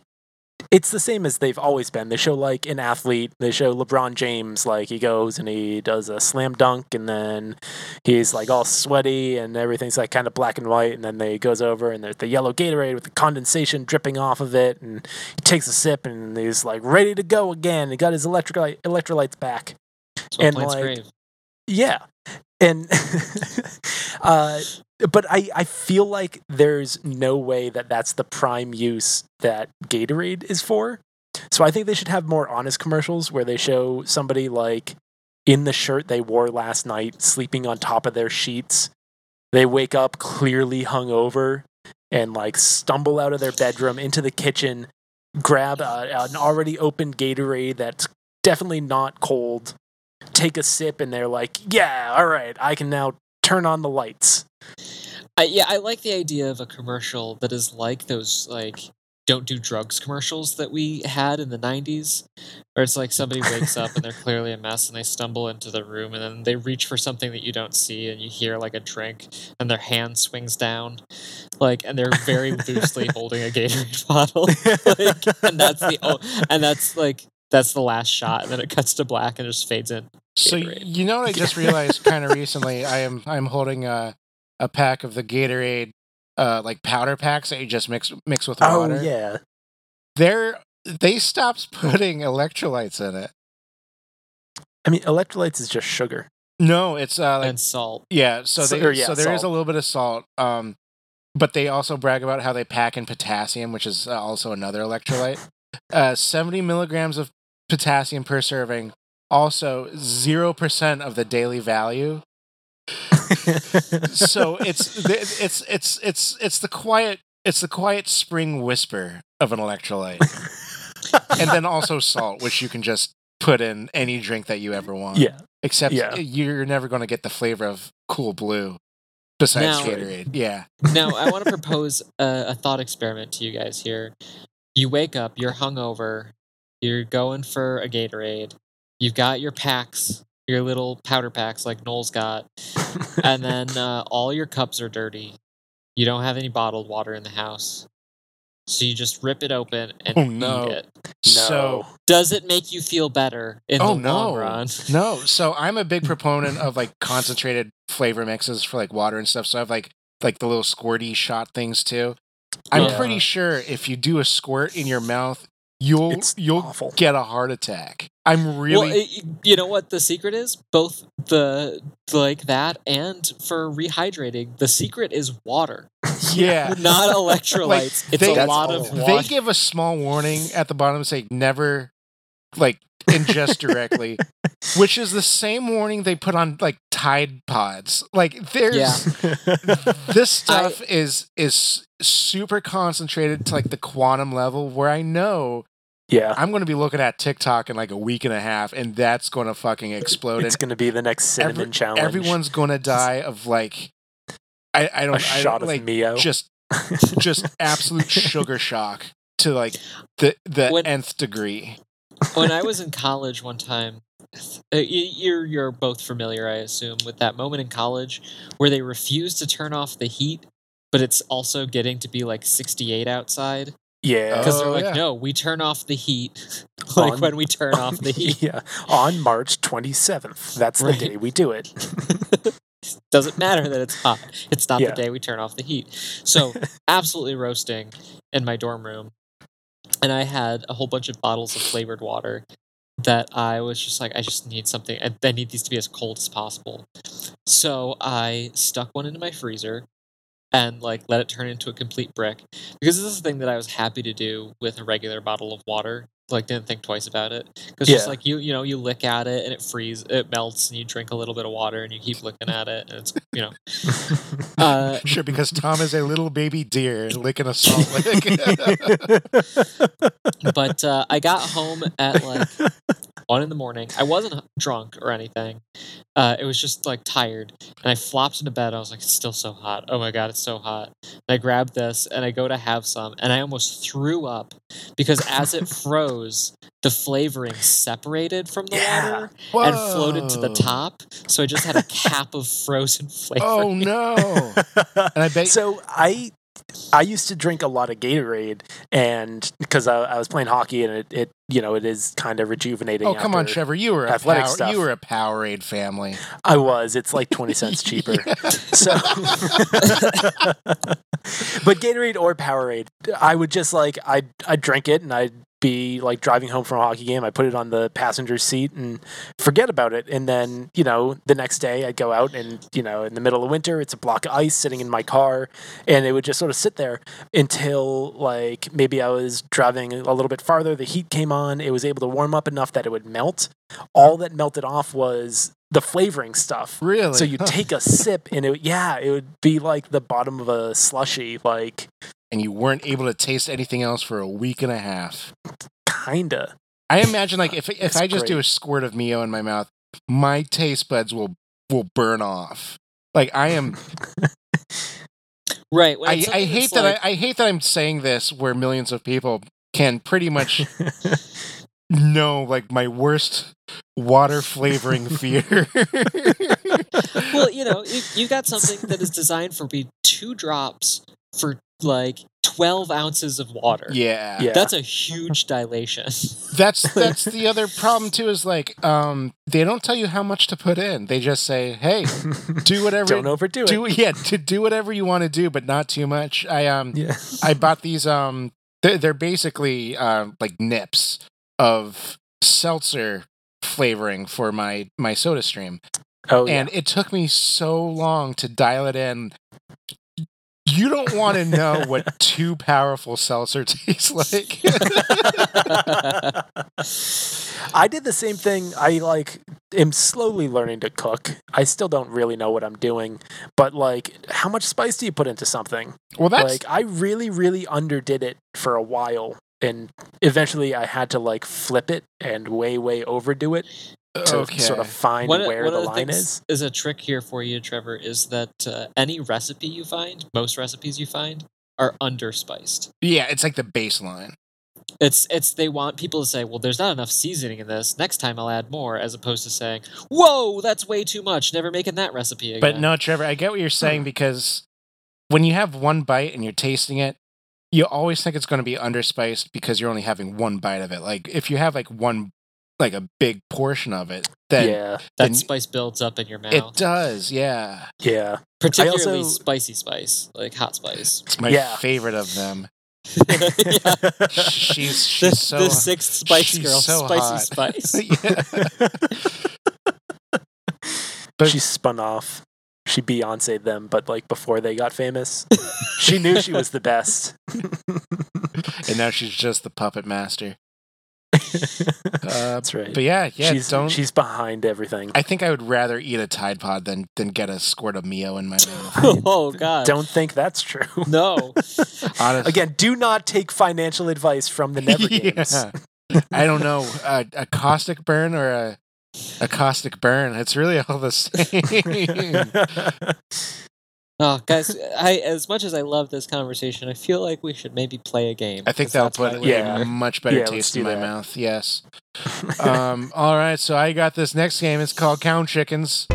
[SPEAKER 2] it's the same as they've always been. They show like an athlete. They show LeBron James like he goes and he does a slam dunk, and then he's like all sweaty and everything's like kind of black and white. And then they goes over and there's the yellow Gatorade with the condensation dripping off of it, and he takes a sip and he's like ready to go again. He got his electrolyte electrolytes back.
[SPEAKER 3] it's what
[SPEAKER 2] And,
[SPEAKER 3] Plants
[SPEAKER 2] like,
[SPEAKER 3] Crave.
[SPEAKER 2] Yeah. And uh but I I feel like there's no way that that's the prime use that Gatorade is for. So I think they should have more honest commercials where they show somebody like in the shirt they wore last night sleeping on top of their sheets. They wake up clearly hungover and like stumble out of their bedroom into the kitchen, grab uh an already opened Gatorade that's definitely not cold take a sip and they're like, yeah, all right, I can now turn on the lights.
[SPEAKER 3] I, yeah, I like the idea of a commercial that is like those like don't do drugs commercials that we had in the 90s where it's like somebody wakes up and they're clearly a mess and they stumble into the room and then they reach for something that you don't see and you hear like a drink and their hand swings down like and they're very loosely holding a Gatorade bottle like, and that's the o- and that's like that's the last shot and then it cuts to black and it just fades in
[SPEAKER 1] So
[SPEAKER 3] Gatorade.
[SPEAKER 1] you know what I just realized kind of recently? I am I'm holding a a pack of the Gatorade uh, like powder packs that you just mix mix with
[SPEAKER 2] oh
[SPEAKER 1] water.
[SPEAKER 2] yeah,
[SPEAKER 1] They're they stopped putting electrolytes in it.
[SPEAKER 2] I mean electrolytes is just sugar.
[SPEAKER 1] No, it's uh, like
[SPEAKER 3] and salt
[SPEAKER 1] yeah. So
[SPEAKER 2] So-
[SPEAKER 1] they,
[SPEAKER 2] or, yeah,
[SPEAKER 1] so there is
[SPEAKER 2] salt.
[SPEAKER 1] a little bit of salt. Um, but they also brag about how they pack in potassium, which is uh, also another electrolyte. uh, Seventy milligrams of potassium per serving. Also, zero percent of the daily value. so it's it's it's it's it's the quiet it's the quiet spring whisper of an electrolyte, and then also salt, which you can just put in any drink that you ever want.
[SPEAKER 2] yeah.
[SPEAKER 1] Except
[SPEAKER 2] Yeah.
[SPEAKER 1] you're never going to get the flavor of Cool Blue besides
[SPEAKER 3] No.
[SPEAKER 1] Gatorade. Yeah.
[SPEAKER 3] now I want to propose a, a thought experiment to you guys here. You wake up, you're hungover, you're going for a Gatorade, you've got your packs, your little powder packs like Noel's got, and then uh, all your cups are dirty. You don't have any bottled water in the house, so you just rip it open and
[SPEAKER 1] Oh, no.
[SPEAKER 3] eat it.
[SPEAKER 1] So
[SPEAKER 3] Does it make you feel better in
[SPEAKER 1] Oh,
[SPEAKER 3] the
[SPEAKER 1] no.
[SPEAKER 3] long run?
[SPEAKER 1] No, so I'm a big proponent of like concentrated flavor mixes for like water and stuff. So I have like like the little squirty shot things too. I'm
[SPEAKER 3] Yeah.
[SPEAKER 1] pretty sure if you do a squirt in your mouth, you'll
[SPEAKER 2] it's
[SPEAKER 1] you'll
[SPEAKER 2] awful.
[SPEAKER 1] get a heart attack. I'm really
[SPEAKER 3] Well, it, you know what the secret is? Both the like that and for rehydrating, the secret is water,
[SPEAKER 1] yeah.
[SPEAKER 3] not electrolytes.
[SPEAKER 1] Like,
[SPEAKER 3] it's
[SPEAKER 1] they-
[SPEAKER 3] a
[SPEAKER 1] That's
[SPEAKER 3] lot
[SPEAKER 2] all.
[SPEAKER 3] of
[SPEAKER 2] They
[SPEAKER 1] They
[SPEAKER 3] water.
[SPEAKER 1] give a small warning at the bottom say never like ingest directly, which is the same warning they put on like Tide Pods. Like there's
[SPEAKER 3] Yeah.
[SPEAKER 1] this stuff is is super concentrated to like the quantum level where I know
[SPEAKER 2] yeah.
[SPEAKER 1] I'm going to be looking at TikTok in like a week and a half and that's going to fucking explode
[SPEAKER 2] It's
[SPEAKER 1] and
[SPEAKER 2] going to be the next
[SPEAKER 1] Every-
[SPEAKER 2] cinnamon challenge.
[SPEAKER 1] everyone's going to die of like I, I don't I
[SPEAKER 2] a
[SPEAKER 1] don't-
[SPEAKER 2] shot of
[SPEAKER 1] like
[SPEAKER 2] Mio.
[SPEAKER 1] just just absolute sugar shock to like the the
[SPEAKER 3] When-
[SPEAKER 1] nth degree.
[SPEAKER 3] when I was in college one time, uh, y- you're you're both familiar, I assume, with that moment in college where they refuse to turn off the heat, but it's also getting to be like 68 outside
[SPEAKER 2] yeah.
[SPEAKER 1] Oh,
[SPEAKER 3] because they're like,
[SPEAKER 1] yeah.
[SPEAKER 3] no, we turn off the heat, like
[SPEAKER 2] On-
[SPEAKER 3] when we turn off the heat.
[SPEAKER 2] yeah. On March 27th. That's
[SPEAKER 3] Right.
[SPEAKER 2] the day we do it.
[SPEAKER 3] Doesn't matter that it's hot. It's not
[SPEAKER 2] Yeah.
[SPEAKER 3] the day we turn off the heat. So, absolutely roasting in my dorm room. And I had a whole bunch of bottles of flavored water that I was just like, I just need something. I, I need these to be as cold as possible. So, I stuck one into my freezer and like let it turn into a complete brick because this is the thing that I was happy to do with a regular bottle of water. Like didn't think twice about it because just
[SPEAKER 2] Yeah.
[SPEAKER 3] like you you know you lick at it and it freezes it melts and you drink a little bit of water and you keep looking at it and it's you know uh,
[SPEAKER 1] Sure, because Tom is a little baby deer licking a salt lick.
[SPEAKER 3] Oh but uh, I got home at like one in the morning. I wasn't drunk or anything. Uh, it was just like tired, and I flopped into bed. I was like, "It's still so hot. Oh my god, it's so hot!" And I grabbed this, and I go to have some, and I almost threw up because as it froze, the flavoring separated from the
[SPEAKER 2] Yeah.
[SPEAKER 3] water and floated to the
[SPEAKER 1] Whoa.
[SPEAKER 3] top. So I just had a cap of frozen flavor.
[SPEAKER 1] Oh no! And I bet
[SPEAKER 2] so I I used to drink a lot of Gatorade, and because I, I was playing hockey, and it, it you know it is kind of rejuvenating.
[SPEAKER 1] Oh come on,
[SPEAKER 2] after-
[SPEAKER 1] Trevor! You were a
[SPEAKER 2] athletic
[SPEAKER 1] power,
[SPEAKER 2] stuff.
[SPEAKER 1] you were a Powerade family.
[SPEAKER 2] I was. It's like twenty cents cheaper. So, but Gatorade or Powerade, I would just like I I drink it and I'd be like driving home from a hockey game. I put it on the passenger seat and forget about it. And then you know the next day I'd go out and you know in the middle of winter it's a block of ice sitting in my car and it would just sort of sit there until like maybe I was driving a little bit farther. The heat came on. It was able to warm up enough that it would melt. All that melted off was the flavoring stuff.
[SPEAKER 1] Really?
[SPEAKER 2] So you
[SPEAKER 1] Huh.
[SPEAKER 2] take a sip, and it yeah, it would be like the bottom of a slushy, like
[SPEAKER 1] and you weren't able to taste anything else for a week and a half.
[SPEAKER 2] kinda.
[SPEAKER 1] I imagine like if if
[SPEAKER 2] That's
[SPEAKER 1] I just do
[SPEAKER 2] great.
[SPEAKER 1] a squirt of Mio in my mouth, my taste buds will will burn off. Like I am,
[SPEAKER 3] right. when
[SPEAKER 1] I,
[SPEAKER 3] it's
[SPEAKER 1] I
[SPEAKER 3] something
[SPEAKER 1] hate
[SPEAKER 3] that's
[SPEAKER 1] that
[SPEAKER 3] like-
[SPEAKER 1] I, I hate that I'm saying this where millions of people can pretty much know like my worst water flavoring fear.
[SPEAKER 3] well, you know, you, you've got something that is designed for be two drops for like twelve ounces of water.
[SPEAKER 1] yeah.
[SPEAKER 2] Yeah.
[SPEAKER 3] That's a huge dilation.
[SPEAKER 1] That's that's the other problem too is like um they don't tell you how much to put in. They just say, "Hey, do whatever
[SPEAKER 2] Don't overdo it.
[SPEAKER 1] do yeah, to do whatever you want to do, but not too much." I um
[SPEAKER 2] yeah.
[SPEAKER 1] I bought these um they're, they're basically um like nips of seltzer flavoring for my my soda stream
[SPEAKER 2] Oh yeah.
[SPEAKER 1] and it took me so long to dial it in. You don't want to know what too powerful seltzer tastes like.
[SPEAKER 2] I did the same thing. I like am slowly learning to cook. I still don't really know what I'm doing, but like how much spice do you put into something?
[SPEAKER 1] well, that's
[SPEAKER 2] like I really really underdid it for a while and eventually I had to like flip it and way way overdo it to
[SPEAKER 1] okay.
[SPEAKER 2] sort of find
[SPEAKER 3] One-
[SPEAKER 2] where
[SPEAKER 3] one
[SPEAKER 2] the
[SPEAKER 3] of
[SPEAKER 2] line
[SPEAKER 3] things
[SPEAKER 2] is.
[SPEAKER 3] Is a trick here for you, Trevor, is that uh, any recipe you find, most recipes you find, are underspiced.
[SPEAKER 1] yeah, it's like the baseline.
[SPEAKER 3] It's it's they want people to say, well, there's not enough seasoning in this. Next time I'll add more, as opposed to saying, whoa, that's way too much. Never making that recipe again.
[SPEAKER 1] But no, Trevor, I get what you're saying
[SPEAKER 2] Hmm.
[SPEAKER 1] because when you have one bite and you're tasting it, you always think it's going to be underspiced because you're only having one bite of it. Like if you have like one, like a big portion of it, then
[SPEAKER 2] yeah.
[SPEAKER 3] that
[SPEAKER 1] then-
[SPEAKER 3] spice builds up in your mouth,
[SPEAKER 1] it does. Yeah,
[SPEAKER 2] Yeah.
[SPEAKER 3] particularly
[SPEAKER 2] also-
[SPEAKER 3] spicy spice, like hot spice.
[SPEAKER 1] it's my
[SPEAKER 2] Yeah.
[SPEAKER 1] favorite of them.
[SPEAKER 3] Yeah.
[SPEAKER 1] She's
[SPEAKER 3] The,
[SPEAKER 1] she's so
[SPEAKER 3] the sixth Spice
[SPEAKER 1] she's
[SPEAKER 3] Girl,
[SPEAKER 1] so
[SPEAKER 3] Spicy
[SPEAKER 1] hot.
[SPEAKER 3] Spice.
[SPEAKER 1] Yeah.
[SPEAKER 2] she spun off. She Beyonce them, but like before they got famous, she knew she was the best.
[SPEAKER 1] and now she's just the puppet master. Uh,
[SPEAKER 2] That's right.
[SPEAKER 1] but yeah, yeah,
[SPEAKER 2] she's
[SPEAKER 1] don't.
[SPEAKER 2] she's behind everything.
[SPEAKER 1] I think I would rather eat a Tide Pod than than get a squirt of Mio in my mouth.
[SPEAKER 3] oh God,
[SPEAKER 2] Don't think that's true.
[SPEAKER 3] no.
[SPEAKER 1] Honestly,
[SPEAKER 2] Again, do not take financial advice from the Never Games.
[SPEAKER 1] Yeah. I don't know a, a caustic burn or a a caustic burn. It's really all the same.
[SPEAKER 3] Oh, guys, I as much as I love this conversation, I feel like we should maybe play a game.
[SPEAKER 1] I think
[SPEAKER 3] because
[SPEAKER 1] that'll
[SPEAKER 3] that's why
[SPEAKER 1] put
[SPEAKER 3] we're
[SPEAKER 2] yeah.
[SPEAKER 1] a
[SPEAKER 3] here.
[SPEAKER 1] much better
[SPEAKER 2] Yeah, let's
[SPEAKER 1] taste
[SPEAKER 2] do
[SPEAKER 1] in my
[SPEAKER 2] that.
[SPEAKER 1] mouth. Yes. Um, all right. So I got this next game. It's called Cow Chickens.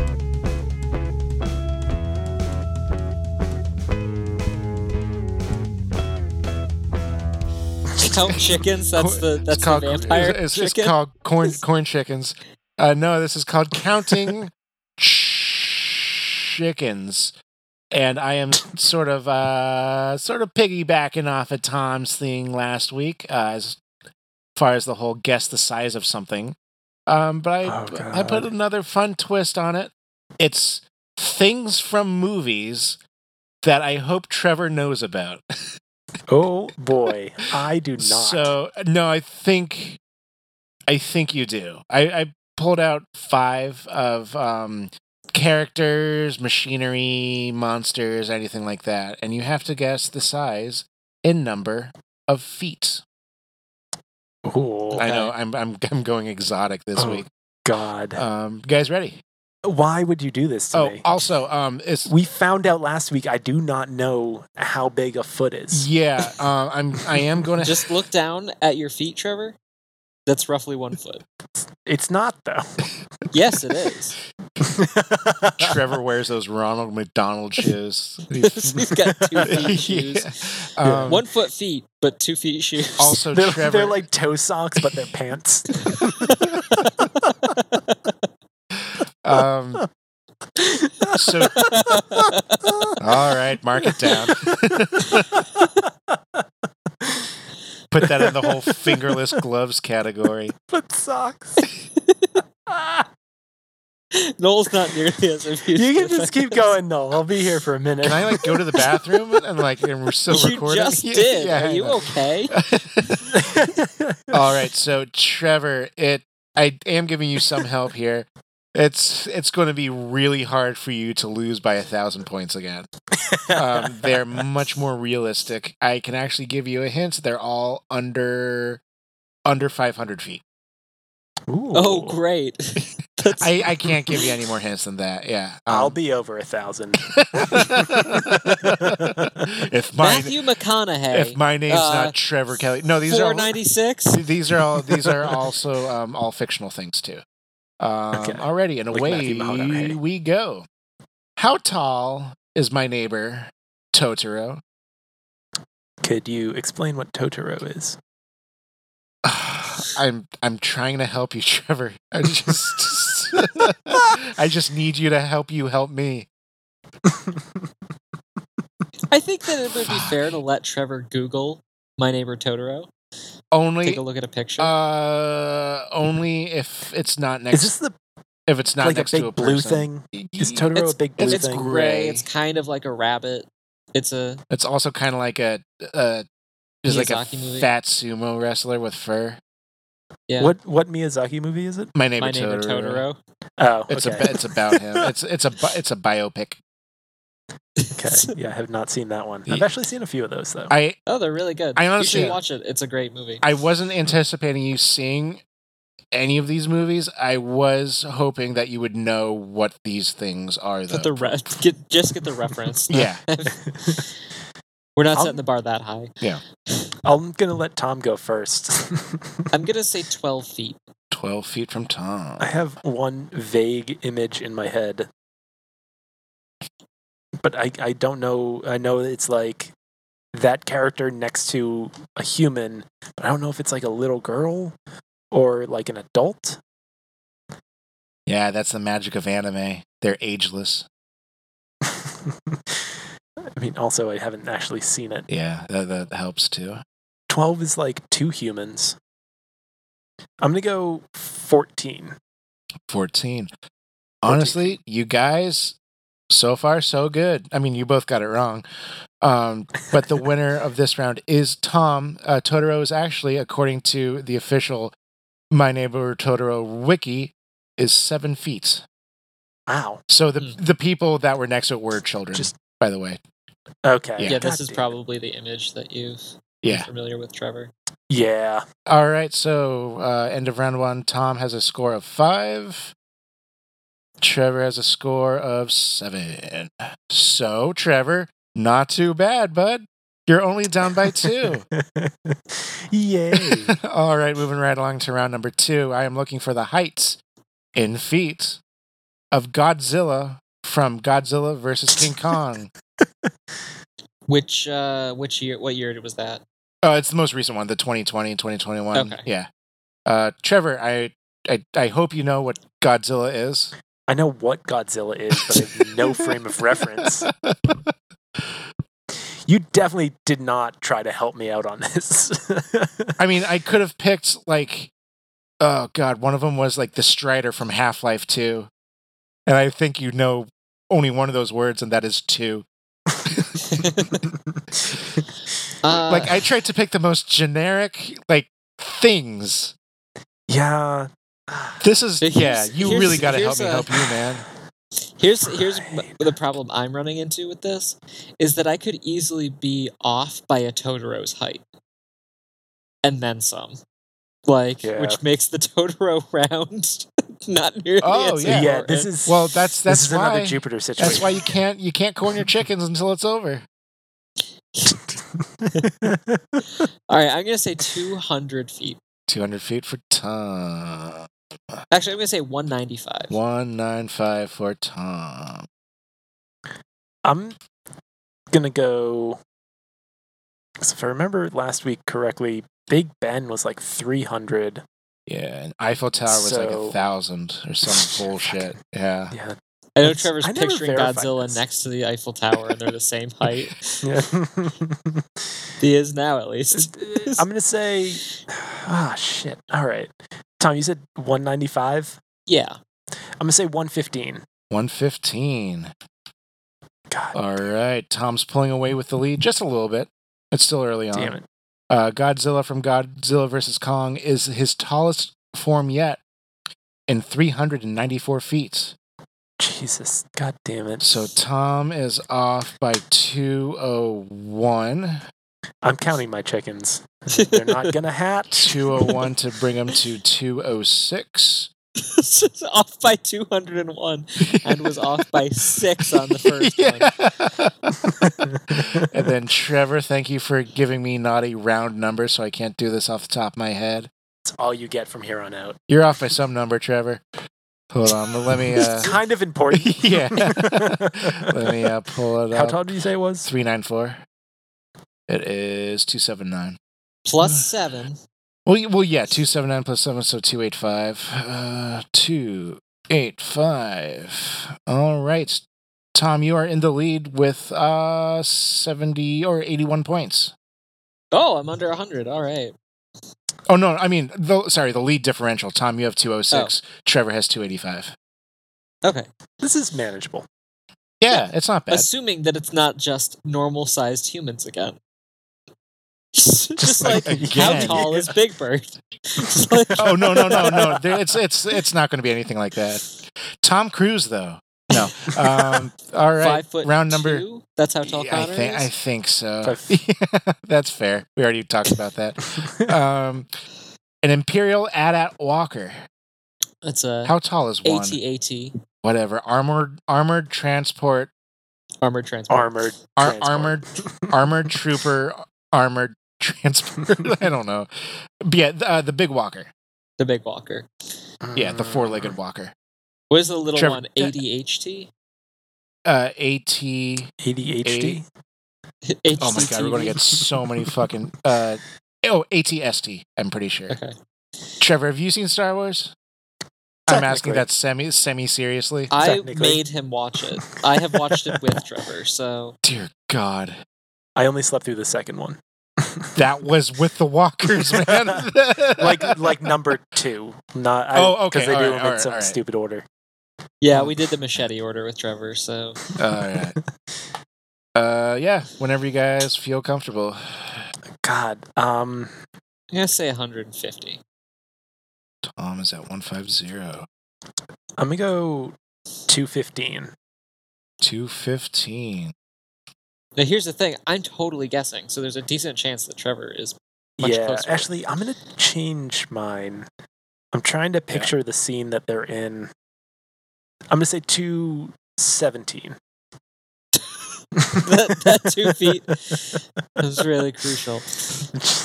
[SPEAKER 3] Count chickens. That's the that's
[SPEAKER 1] it's called,
[SPEAKER 3] the vampire
[SPEAKER 1] it's, it's
[SPEAKER 3] chicken.
[SPEAKER 1] called corn corn chickens. Uh, no, this is called counting chickens, and I am sort of uh, sort of piggybacking off of Tom's thing last week uh, as far as the whole guess the size of something. Um, but I
[SPEAKER 2] Oh,
[SPEAKER 1] I put
[SPEAKER 2] God.
[SPEAKER 1] another fun twist on it. It's things from movies that I hope Trevor knows about.
[SPEAKER 2] oh boy, I do not.
[SPEAKER 1] So no, I think I think you do. I, I pulled out five of um, characters, machinery, monsters, anything like that, and you have to guess the size in number of feet.
[SPEAKER 2] oh
[SPEAKER 1] I know
[SPEAKER 3] Okay.
[SPEAKER 1] I'm I'm I'm going exotic this
[SPEAKER 2] Oh.
[SPEAKER 1] week.
[SPEAKER 2] God,
[SPEAKER 1] Um, you guys ready?
[SPEAKER 2] why would you do this to
[SPEAKER 1] Oh,
[SPEAKER 2] me?
[SPEAKER 1] also, um, it's
[SPEAKER 2] we found out last week. I do not know how big a foot is.
[SPEAKER 1] yeah. Uh, I'm I am going to
[SPEAKER 3] Just look down at your feet, Trevor. That's roughly one foot.
[SPEAKER 2] It's not though.
[SPEAKER 3] Yes, it is.
[SPEAKER 1] Trevor wears those Ronald McDonald shoes.
[SPEAKER 3] He's got two feet shoes.
[SPEAKER 1] Yeah. Um,
[SPEAKER 3] one foot feet, but two feet shoes.
[SPEAKER 1] Also,
[SPEAKER 2] they're,
[SPEAKER 1] Trevor,
[SPEAKER 2] they're like toe socks, but they're pants.
[SPEAKER 1] um, so all right, mark it down. Put that in the whole fingerless gloves category.
[SPEAKER 2] Foot socks.
[SPEAKER 3] Noel's not nearly as
[SPEAKER 2] you
[SPEAKER 3] amused.
[SPEAKER 2] can
[SPEAKER 3] with
[SPEAKER 2] just
[SPEAKER 3] it.
[SPEAKER 2] keep going, Noel. I'll be here for a minute.
[SPEAKER 1] Can I like go to the bathroom and like and we're still
[SPEAKER 3] You
[SPEAKER 1] recording?
[SPEAKER 3] just
[SPEAKER 1] Yeah,
[SPEAKER 3] did.
[SPEAKER 1] yeah,
[SPEAKER 3] Are
[SPEAKER 1] I
[SPEAKER 3] you
[SPEAKER 1] know. Oh.
[SPEAKER 3] okay?
[SPEAKER 1] All right, so Trevor, it I am giving you some help here. It's it's going to be really hard for you to lose by a thousand points again. Um, they're much more realistic. I can actually give you a hint. They're all under under five hundred feet.
[SPEAKER 2] Ooh.
[SPEAKER 3] Oh, great. That's,
[SPEAKER 1] I, I can't give you any more hints than that. Yeah, Um,
[SPEAKER 2] I'll be over a thousand.
[SPEAKER 1] if my
[SPEAKER 3] Matthew McConaughey.
[SPEAKER 1] if my name's
[SPEAKER 3] uh,
[SPEAKER 1] not Trevor Kelly, no, these are all-
[SPEAKER 3] 496.
[SPEAKER 1] these are all these are also um, all fictional things too. Um,
[SPEAKER 2] Okay.
[SPEAKER 1] Already, and
[SPEAKER 2] Like
[SPEAKER 1] away
[SPEAKER 2] Matthew McConaughey.
[SPEAKER 1] we go. How tall is my neighbor Totoro?
[SPEAKER 2] Could you explain what Totoro is?
[SPEAKER 1] I'm I'm trying to help you, Trevor. I just I just need you to help you help me.
[SPEAKER 3] I think that it would be
[SPEAKER 1] Fuck.
[SPEAKER 3] fair to let Trevor Google My Neighbor Totoro. Take
[SPEAKER 1] Only
[SPEAKER 3] a look at a picture.
[SPEAKER 1] uh only if it's not
[SPEAKER 2] Is
[SPEAKER 1] next
[SPEAKER 2] this the
[SPEAKER 1] if it's not
[SPEAKER 2] like a
[SPEAKER 1] next
[SPEAKER 2] big
[SPEAKER 1] to a
[SPEAKER 2] blue
[SPEAKER 1] person.
[SPEAKER 2] thing? Is Totoro
[SPEAKER 3] It's-
[SPEAKER 2] a big blue
[SPEAKER 3] it's
[SPEAKER 2] thing?
[SPEAKER 1] gr-
[SPEAKER 3] gray.
[SPEAKER 1] gray.
[SPEAKER 3] It's kind of like a rabbit. It's a
[SPEAKER 1] It's also kind of like a, a is like a
[SPEAKER 3] Miyazaki movie.
[SPEAKER 1] fat sumo wrestler with fur.
[SPEAKER 3] yeah.
[SPEAKER 2] What what Miyazaki movie is it?
[SPEAKER 1] My name
[SPEAKER 3] My
[SPEAKER 1] is
[SPEAKER 3] name is Totoro.
[SPEAKER 2] Oh,
[SPEAKER 1] It's
[SPEAKER 2] okay.
[SPEAKER 1] a it's about him. It's it's a bi- it's a biopic.
[SPEAKER 2] okay. Yeah, I have not seen that one. I've
[SPEAKER 1] Yeah.
[SPEAKER 2] actually seen a few of those though.
[SPEAKER 1] I
[SPEAKER 3] Oh, they're really good.
[SPEAKER 1] I
[SPEAKER 3] you
[SPEAKER 1] honestly-
[SPEAKER 3] should watch it. It's a great movie.
[SPEAKER 1] I wasn't anticipating you seeing any of these movies. I was hoping that you would know what these things are. Though.
[SPEAKER 3] But the re- get, just get the reference.
[SPEAKER 1] yeah,
[SPEAKER 3] We're not
[SPEAKER 2] I'll-
[SPEAKER 3] setting the bar that high.
[SPEAKER 2] I'm gonna let Tom go first.
[SPEAKER 3] I'm gonna say 12 feet.
[SPEAKER 1] twelve feet from Tom.
[SPEAKER 2] I have one vague image in my head, but I I don't know. I know it's like that character next to a human, but I don't know if it's like a little girl or like an adult.
[SPEAKER 1] Yeah, that's the magic of anime. They're ageless.
[SPEAKER 2] I mean, also I haven't actually seen it.
[SPEAKER 1] Yeah, that, that helps too.
[SPEAKER 2] Twelve is like two humans. I'm gonna go fourteen.
[SPEAKER 1] Fourteen. Honestly, you guys, so far so good. I mean, you both got it wrong. Um, but the winner of this round is Tom. Uh, Totoro is actually, according to the official My Neighbor Totoro wiki, is seven feet.
[SPEAKER 2] Wow.
[SPEAKER 1] So the
[SPEAKER 3] Hmm.
[SPEAKER 1] the people that were next to it were children.
[SPEAKER 2] Just-
[SPEAKER 1] by the way,
[SPEAKER 2] Okay.
[SPEAKER 1] Yeah.
[SPEAKER 3] Yeah, this
[SPEAKER 2] God
[SPEAKER 3] is
[SPEAKER 2] damn it.
[SPEAKER 3] probably the image that you've
[SPEAKER 1] yeah.
[SPEAKER 3] familiar with Trevor.
[SPEAKER 2] Yeah.
[SPEAKER 1] All right. So uh, end of round one. Tom has a score of five. Trevor has a score of seven. So Trevor, not too bad, bud. You're only down by two.
[SPEAKER 2] Yay.
[SPEAKER 1] All right, moving right along to round number two. I am looking for the heights in feet of Godzilla from Godzilla versus King Kong.
[SPEAKER 3] Which uh which year what year was that?
[SPEAKER 1] Oh, it's the most recent one, the 2020, 2021.
[SPEAKER 3] Okay.
[SPEAKER 1] Yeah. Uh, Trevor, I, I I hope you know what Godzilla is.
[SPEAKER 2] I know what Godzilla is, but I have no frame of reference. You definitely did not try to help me out on this.
[SPEAKER 1] I mean, I could have picked like, oh god, one of them was like the Strider from Half Life Two, and I think you know only one of those words, and that is two.
[SPEAKER 3] Uh,
[SPEAKER 1] like I tried to pick the most generic like things.
[SPEAKER 2] yeah.
[SPEAKER 1] This is
[SPEAKER 3] Here's-
[SPEAKER 1] yeah. You
[SPEAKER 3] here's-
[SPEAKER 1] really got to help me
[SPEAKER 3] here's a-
[SPEAKER 1] help you, man.
[SPEAKER 3] here's here's m- the problem I'm running into with this is that I could easily be off by a Totoro's height. And then some. Like
[SPEAKER 2] Yeah.
[SPEAKER 3] which makes the Totoro round not nearly
[SPEAKER 1] Oh,
[SPEAKER 3] as
[SPEAKER 1] yeah.
[SPEAKER 2] Yeah, this
[SPEAKER 3] important.
[SPEAKER 2] is
[SPEAKER 1] Well, that's that's
[SPEAKER 2] this is another
[SPEAKER 1] why
[SPEAKER 2] Jupiter situation.
[SPEAKER 1] that's why you can't you can't corn your chickens until it's over.
[SPEAKER 3] All right, I'm going to say 200 feet.
[SPEAKER 1] Two hundred feet for Tom.
[SPEAKER 3] Actually, I'm going to say 195.
[SPEAKER 1] One nine five for Tom.
[SPEAKER 2] I'm gonna go. 'cause if I remember last week correctly, Big Ben was like 300.
[SPEAKER 1] Yeah, and Eiffel Tower was like a
[SPEAKER 2] So-
[SPEAKER 1] thousand or some bullshit.
[SPEAKER 2] Fucking-
[SPEAKER 1] Yeah.
[SPEAKER 2] Yeah,
[SPEAKER 3] I know
[SPEAKER 2] That's-
[SPEAKER 3] Trevor's
[SPEAKER 2] I never
[SPEAKER 3] picturing
[SPEAKER 2] verified
[SPEAKER 3] Godzilla
[SPEAKER 2] this.
[SPEAKER 3] next to the Eiffel Tower and they're the same height.
[SPEAKER 2] yeah.
[SPEAKER 3] He is now, at least.
[SPEAKER 2] I'm gonna say, ah, shit. All right, Tom, you said 195.
[SPEAKER 3] Yeah.
[SPEAKER 2] I'm gonna say 115.
[SPEAKER 1] One fifteen.
[SPEAKER 2] God
[SPEAKER 1] All right. Tom's pulling away with the lead just a little bit. It's still early on.
[SPEAKER 2] damn it.
[SPEAKER 1] Uh, Godzilla from Godzilla vs. Kong is his tallest form yet in 394 feet.
[SPEAKER 2] Jesus, god damn it.
[SPEAKER 1] So Tom is off by 201.
[SPEAKER 2] I'm counting my chickens. They're not gonna hatch.
[SPEAKER 1] 201 to bring him to 206.
[SPEAKER 3] off by 201 and was off by six on the first one.
[SPEAKER 1] one. and then Trevor, thank you for giving me naughty round numbers so I can't do this off the top of my head.
[SPEAKER 2] That's all you get from here on out.
[SPEAKER 1] You're off by some number, Trevor. Hold on, but let me uh
[SPEAKER 2] It's kind of important.
[SPEAKER 1] Yeah. let me uh, pull it
[SPEAKER 2] How
[SPEAKER 1] up.
[SPEAKER 2] tall did you say it was?
[SPEAKER 1] 394. It is 279.
[SPEAKER 3] Plus seven.
[SPEAKER 1] Well, y- well yeah, 279 plus 7 so 285. Uh 285. All right. Tom, you are in the lead with uh 70 or 81 points.
[SPEAKER 3] Oh, I'm under 100. All right.
[SPEAKER 1] Oh no, I mean, the, sorry, the lead differential. Tom,
[SPEAKER 2] Oh.
[SPEAKER 1] you have 206. Trevor has 285.
[SPEAKER 3] Okay.
[SPEAKER 2] This is manageable.
[SPEAKER 1] Yeah, it's not bad.
[SPEAKER 3] assuming that it's not just normal sized humans again. just, like,
[SPEAKER 1] like,
[SPEAKER 3] how
[SPEAKER 1] again.
[SPEAKER 3] tall is Big Bird? Just like-
[SPEAKER 1] oh no no no no! There- It's it's it's not going to be anything like that. Tom Cruise though. No. Um, all right.
[SPEAKER 3] Five foot
[SPEAKER 1] round number.
[SPEAKER 3] two? That's how tall
[SPEAKER 1] Yeah, I
[SPEAKER 3] Connor
[SPEAKER 1] think I
[SPEAKER 3] is.
[SPEAKER 1] think so.
[SPEAKER 2] Five-
[SPEAKER 1] Yeah, that's fair. We already talked about that. Um, an Imperial Adat Walker.
[SPEAKER 3] That's a
[SPEAKER 1] How tall is one?
[SPEAKER 3] AT-AT
[SPEAKER 1] Whatever. Armored armored transport.
[SPEAKER 3] armored transport.
[SPEAKER 2] Armored.
[SPEAKER 1] Ar-
[SPEAKER 2] transport.
[SPEAKER 1] armored armored trooper. Armored transport. I don't know. But yeah, the, uh, the big walker.
[SPEAKER 3] The big walker.
[SPEAKER 1] Yeah, the
[SPEAKER 3] Mm.
[SPEAKER 1] four-legged walker.
[SPEAKER 3] What is the little
[SPEAKER 1] Trevor-
[SPEAKER 3] one? ADHT.
[SPEAKER 1] Uh, AT.
[SPEAKER 2] ADHD.
[SPEAKER 1] Oh my god, we're going to get
[SPEAKER 3] HCTV?
[SPEAKER 1] so many fucking. Uh, oh, ATST. I'm pretty sure.
[SPEAKER 3] Okay.
[SPEAKER 1] Trevor, have you seen Star Wars? I'm asking
[SPEAKER 2] Technically. Uh,
[SPEAKER 1] that semi semi seriously.
[SPEAKER 3] I
[SPEAKER 2] Technically.
[SPEAKER 3] made him watch it. I have watched it with Trevor, so
[SPEAKER 1] Dear God,
[SPEAKER 2] I only slept through the second one.
[SPEAKER 1] that was with the walkers, man.
[SPEAKER 2] like like number two. Not I,
[SPEAKER 1] Oh, okay,
[SPEAKER 2] Because they do
[SPEAKER 1] alright,
[SPEAKER 2] them in
[SPEAKER 1] alright,
[SPEAKER 2] some
[SPEAKER 1] alright.
[SPEAKER 2] stupid order.
[SPEAKER 3] yeah, we did the machete order with Trevor. So
[SPEAKER 1] All right. Uh, yeah. Whenever you guys feel comfortable,
[SPEAKER 2] God. Um.
[SPEAKER 3] I'm gonna say 150.
[SPEAKER 1] Tom is at 150,
[SPEAKER 2] I'm gonna go two fifteen.
[SPEAKER 1] 215.
[SPEAKER 3] Now here's the thing: I'm totally guessing, so there's a decent chance that Trevor is. Much
[SPEAKER 2] Yeah.
[SPEAKER 3] closer.
[SPEAKER 2] Actually, I'm gonna change mine. I'm trying to picture the scene that they're in. I'm gonna say two seventeen.
[SPEAKER 3] That- that two feet This is really crucial.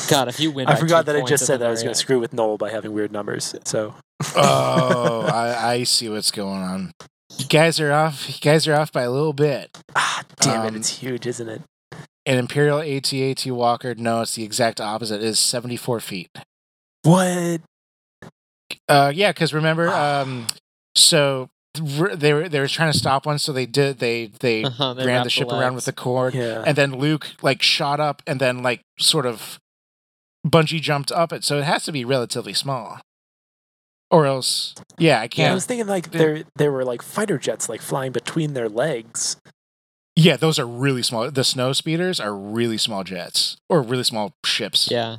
[SPEAKER 3] God, if you win,
[SPEAKER 2] I
[SPEAKER 3] by
[SPEAKER 2] forgot
[SPEAKER 3] two
[SPEAKER 2] that I
[SPEAKER 3] points
[SPEAKER 2] just
[SPEAKER 3] at
[SPEAKER 2] said
[SPEAKER 3] the
[SPEAKER 2] that I was
[SPEAKER 3] very
[SPEAKER 2] going to screw with Noel by having weird numbers. So
[SPEAKER 1] Oh, I, I see what's going on. You guys are off. You guys are off by a little bit.
[SPEAKER 2] ah, damn it,
[SPEAKER 1] Um,
[SPEAKER 2] it's huge, isn't it?
[SPEAKER 1] An Imperial ATAT Walker. No, it's the exact opposite. It is 74 feet.
[SPEAKER 2] What?
[SPEAKER 1] Uh, yeah, because remember,
[SPEAKER 3] Ah.
[SPEAKER 1] um, so r- they were they were trying to stop one, so they did they they
[SPEAKER 3] end. Uh-huh, they
[SPEAKER 1] ran
[SPEAKER 3] wrap
[SPEAKER 1] the ship around with the
[SPEAKER 3] legs.
[SPEAKER 1] cord,
[SPEAKER 2] Yeah.
[SPEAKER 1] and then Luke like shot up and then like sort of bungee jumped up it, so it has to be relatively small, or else yeah, I
[SPEAKER 2] I
[SPEAKER 1] can't.
[SPEAKER 2] was thinking like
[SPEAKER 1] Yeah.
[SPEAKER 2] there there were like fighter jets like flying between their legs.
[SPEAKER 1] Yeah, those are really small. The snow speeders are really small jets or really small ships
[SPEAKER 3] Yeah,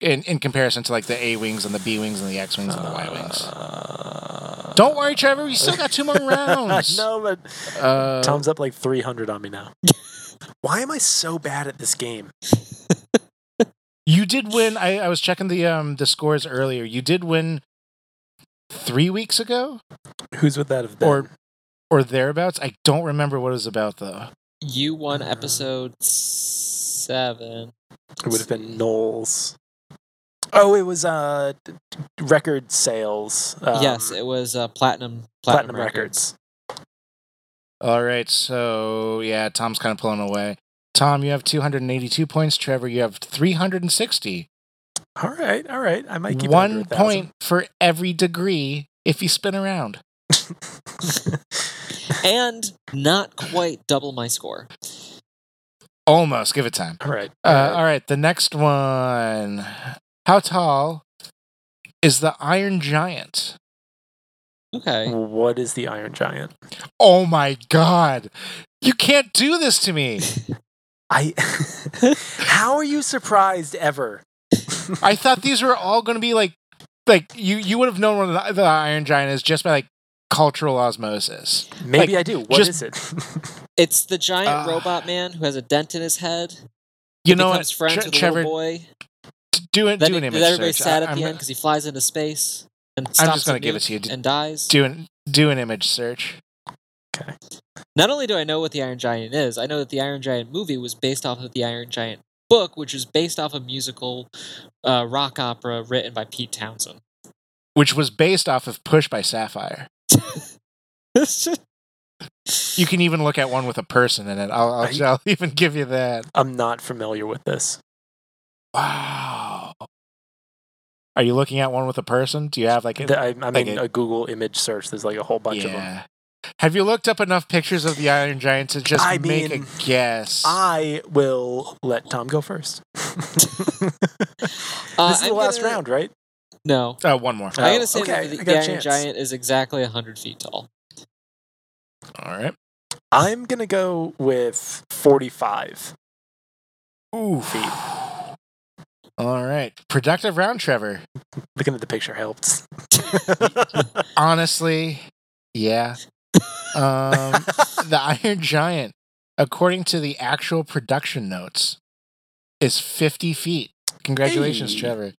[SPEAKER 1] in in comparison to like the A wings and the B wings and the X wings and the Y wings.
[SPEAKER 2] Uh,
[SPEAKER 1] Don't worry, Trevor. We still got two more
[SPEAKER 2] I
[SPEAKER 1] rounds.
[SPEAKER 2] know, but
[SPEAKER 1] Uh,
[SPEAKER 2] Tom's up like 300 on me now. Why am I so bad at this game?
[SPEAKER 1] You did win. I, I was checking the um the scores earlier. You did win three weeks ago
[SPEAKER 2] Who's would that have been?
[SPEAKER 1] Or- or thereabouts. I don't remember what it was about though.
[SPEAKER 3] you won episode seven.
[SPEAKER 2] it would have been Knowles. Oh, it was uh d- d- record sales. Um,
[SPEAKER 3] yes, it was uh, platinum,
[SPEAKER 2] platinum,
[SPEAKER 3] platinum. Records.
[SPEAKER 2] records.
[SPEAKER 1] All right, so yeah, Tom's kind of pulling away. Tom, you have 282 points. Trevor, you have 360.
[SPEAKER 2] All right, all right. I might keep it
[SPEAKER 1] One
[SPEAKER 2] under 1,000.
[SPEAKER 1] point for every degree if you spin around.
[SPEAKER 3] and not quite double my score.
[SPEAKER 1] Almost. Give it time.
[SPEAKER 2] all right.
[SPEAKER 1] Uh,
[SPEAKER 2] all right.
[SPEAKER 1] All right, the next one. How tall is the Iron Giant?
[SPEAKER 3] Okay.
[SPEAKER 2] What is the Iron Giant?
[SPEAKER 1] Oh my God. You can't do this to me.
[SPEAKER 2] I. How are you surprised ever?
[SPEAKER 1] I thought these were all going to be like, like you you would have known what the, the Iron Giant is just by like cultural osmosis.
[SPEAKER 2] Maybe I do. What is
[SPEAKER 1] just-
[SPEAKER 2] it?
[SPEAKER 3] It's the giant
[SPEAKER 2] Ah.
[SPEAKER 1] Uh.
[SPEAKER 3] robot man who has a dent in his head.
[SPEAKER 1] You
[SPEAKER 3] He
[SPEAKER 1] know
[SPEAKER 3] becomes
[SPEAKER 1] what,
[SPEAKER 3] friends
[SPEAKER 1] Tre-
[SPEAKER 3] with a
[SPEAKER 1] Trevor?
[SPEAKER 3] little boy.
[SPEAKER 1] Do an
[SPEAKER 3] Then
[SPEAKER 1] do an
[SPEAKER 3] it-
[SPEAKER 1] image
[SPEAKER 3] everybody
[SPEAKER 1] search.
[SPEAKER 3] sad
[SPEAKER 1] I,
[SPEAKER 3] at the
[SPEAKER 1] I'm-
[SPEAKER 3] end because he flies into space and stops
[SPEAKER 1] I'm just
[SPEAKER 3] going
[SPEAKER 1] gonna
[SPEAKER 3] to
[SPEAKER 1] give it to you. D-
[SPEAKER 3] and dies.
[SPEAKER 1] Do an do an image search.
[SPEAKER 3] Not only do I know what the Iron Giant is, I know that the Iron Giant movie was based off of the Iron Giant book, which is based off a musical uh, rock opera written by Pete Townsend.
[SPEAKER 1] Which was based off of Push by Sapphire. You can even look at one with a person in it. I'll, I'll,
[SPEAKER 2] I-
[SPEAKER 1] I'll even give you that.
[SPEAKER 2] I'm not familiar with this.
[SPEAKER 1] Wow. Are you looking at one with a person? Do you have like a,
[SPEAKER 2] The- I, I
[SPEAKER 1] like
[SPEAKER 2] mean,
[SPEAKER 1] a-
[SPEAKER 2] a Google image search. There's like a whole bunch of them.
[SPEAKER 1] Have you looked up enough pictures of the Iron Giant to just
[SPEAKER 2] I
[SPEAKER 1] make
[SPEAKER 2] mean,
[SPEAKER 1] a guess?
[SPEAKER 2] I will let Tom go first.
[SPEAKER 3] Uh,
[SPEAKER 2] this is
[SPEAKER 3] I'm
[SPEAKER 2] the last
[SPEAKER 3] gonna-
[SPEAKER 2] round, right?
[SPEAKER 3] No.
[SPEAKER 1] Uh, one more.
[SPEAKER 3] I'm
[SPEAKER 2] Oh,
[SPEAKER 3] going to say
[SPEAKER 2] okay,
[SPEAKER 3] that
[SPEAKER 2] I
[SPEAKER 3] the,
[SPEAKER 2] got a
[SPEAKER 3] the Iron
[SPEAKER 2] chance.
[SPEAKER 3] Giant is exactly 100 feet tall.
[SPEAKER 1] All right.
[SPEAKER 2] I'm gonna go with 45
[SPEAKER 1] Ooh.
[SPEAKER 2] feet.
[SPEAKER 1] All right. Productive round, Trevor.
[SPEAKER 2] Looking at the picture helps.
[SPEAKER 1] Honestly, yeah. Um, the Iron Giant, according to the actual production notes, is 50 feet. Congratulations,
[SPEAKER 2] Hey.
[SPEAKER 1] Trevor.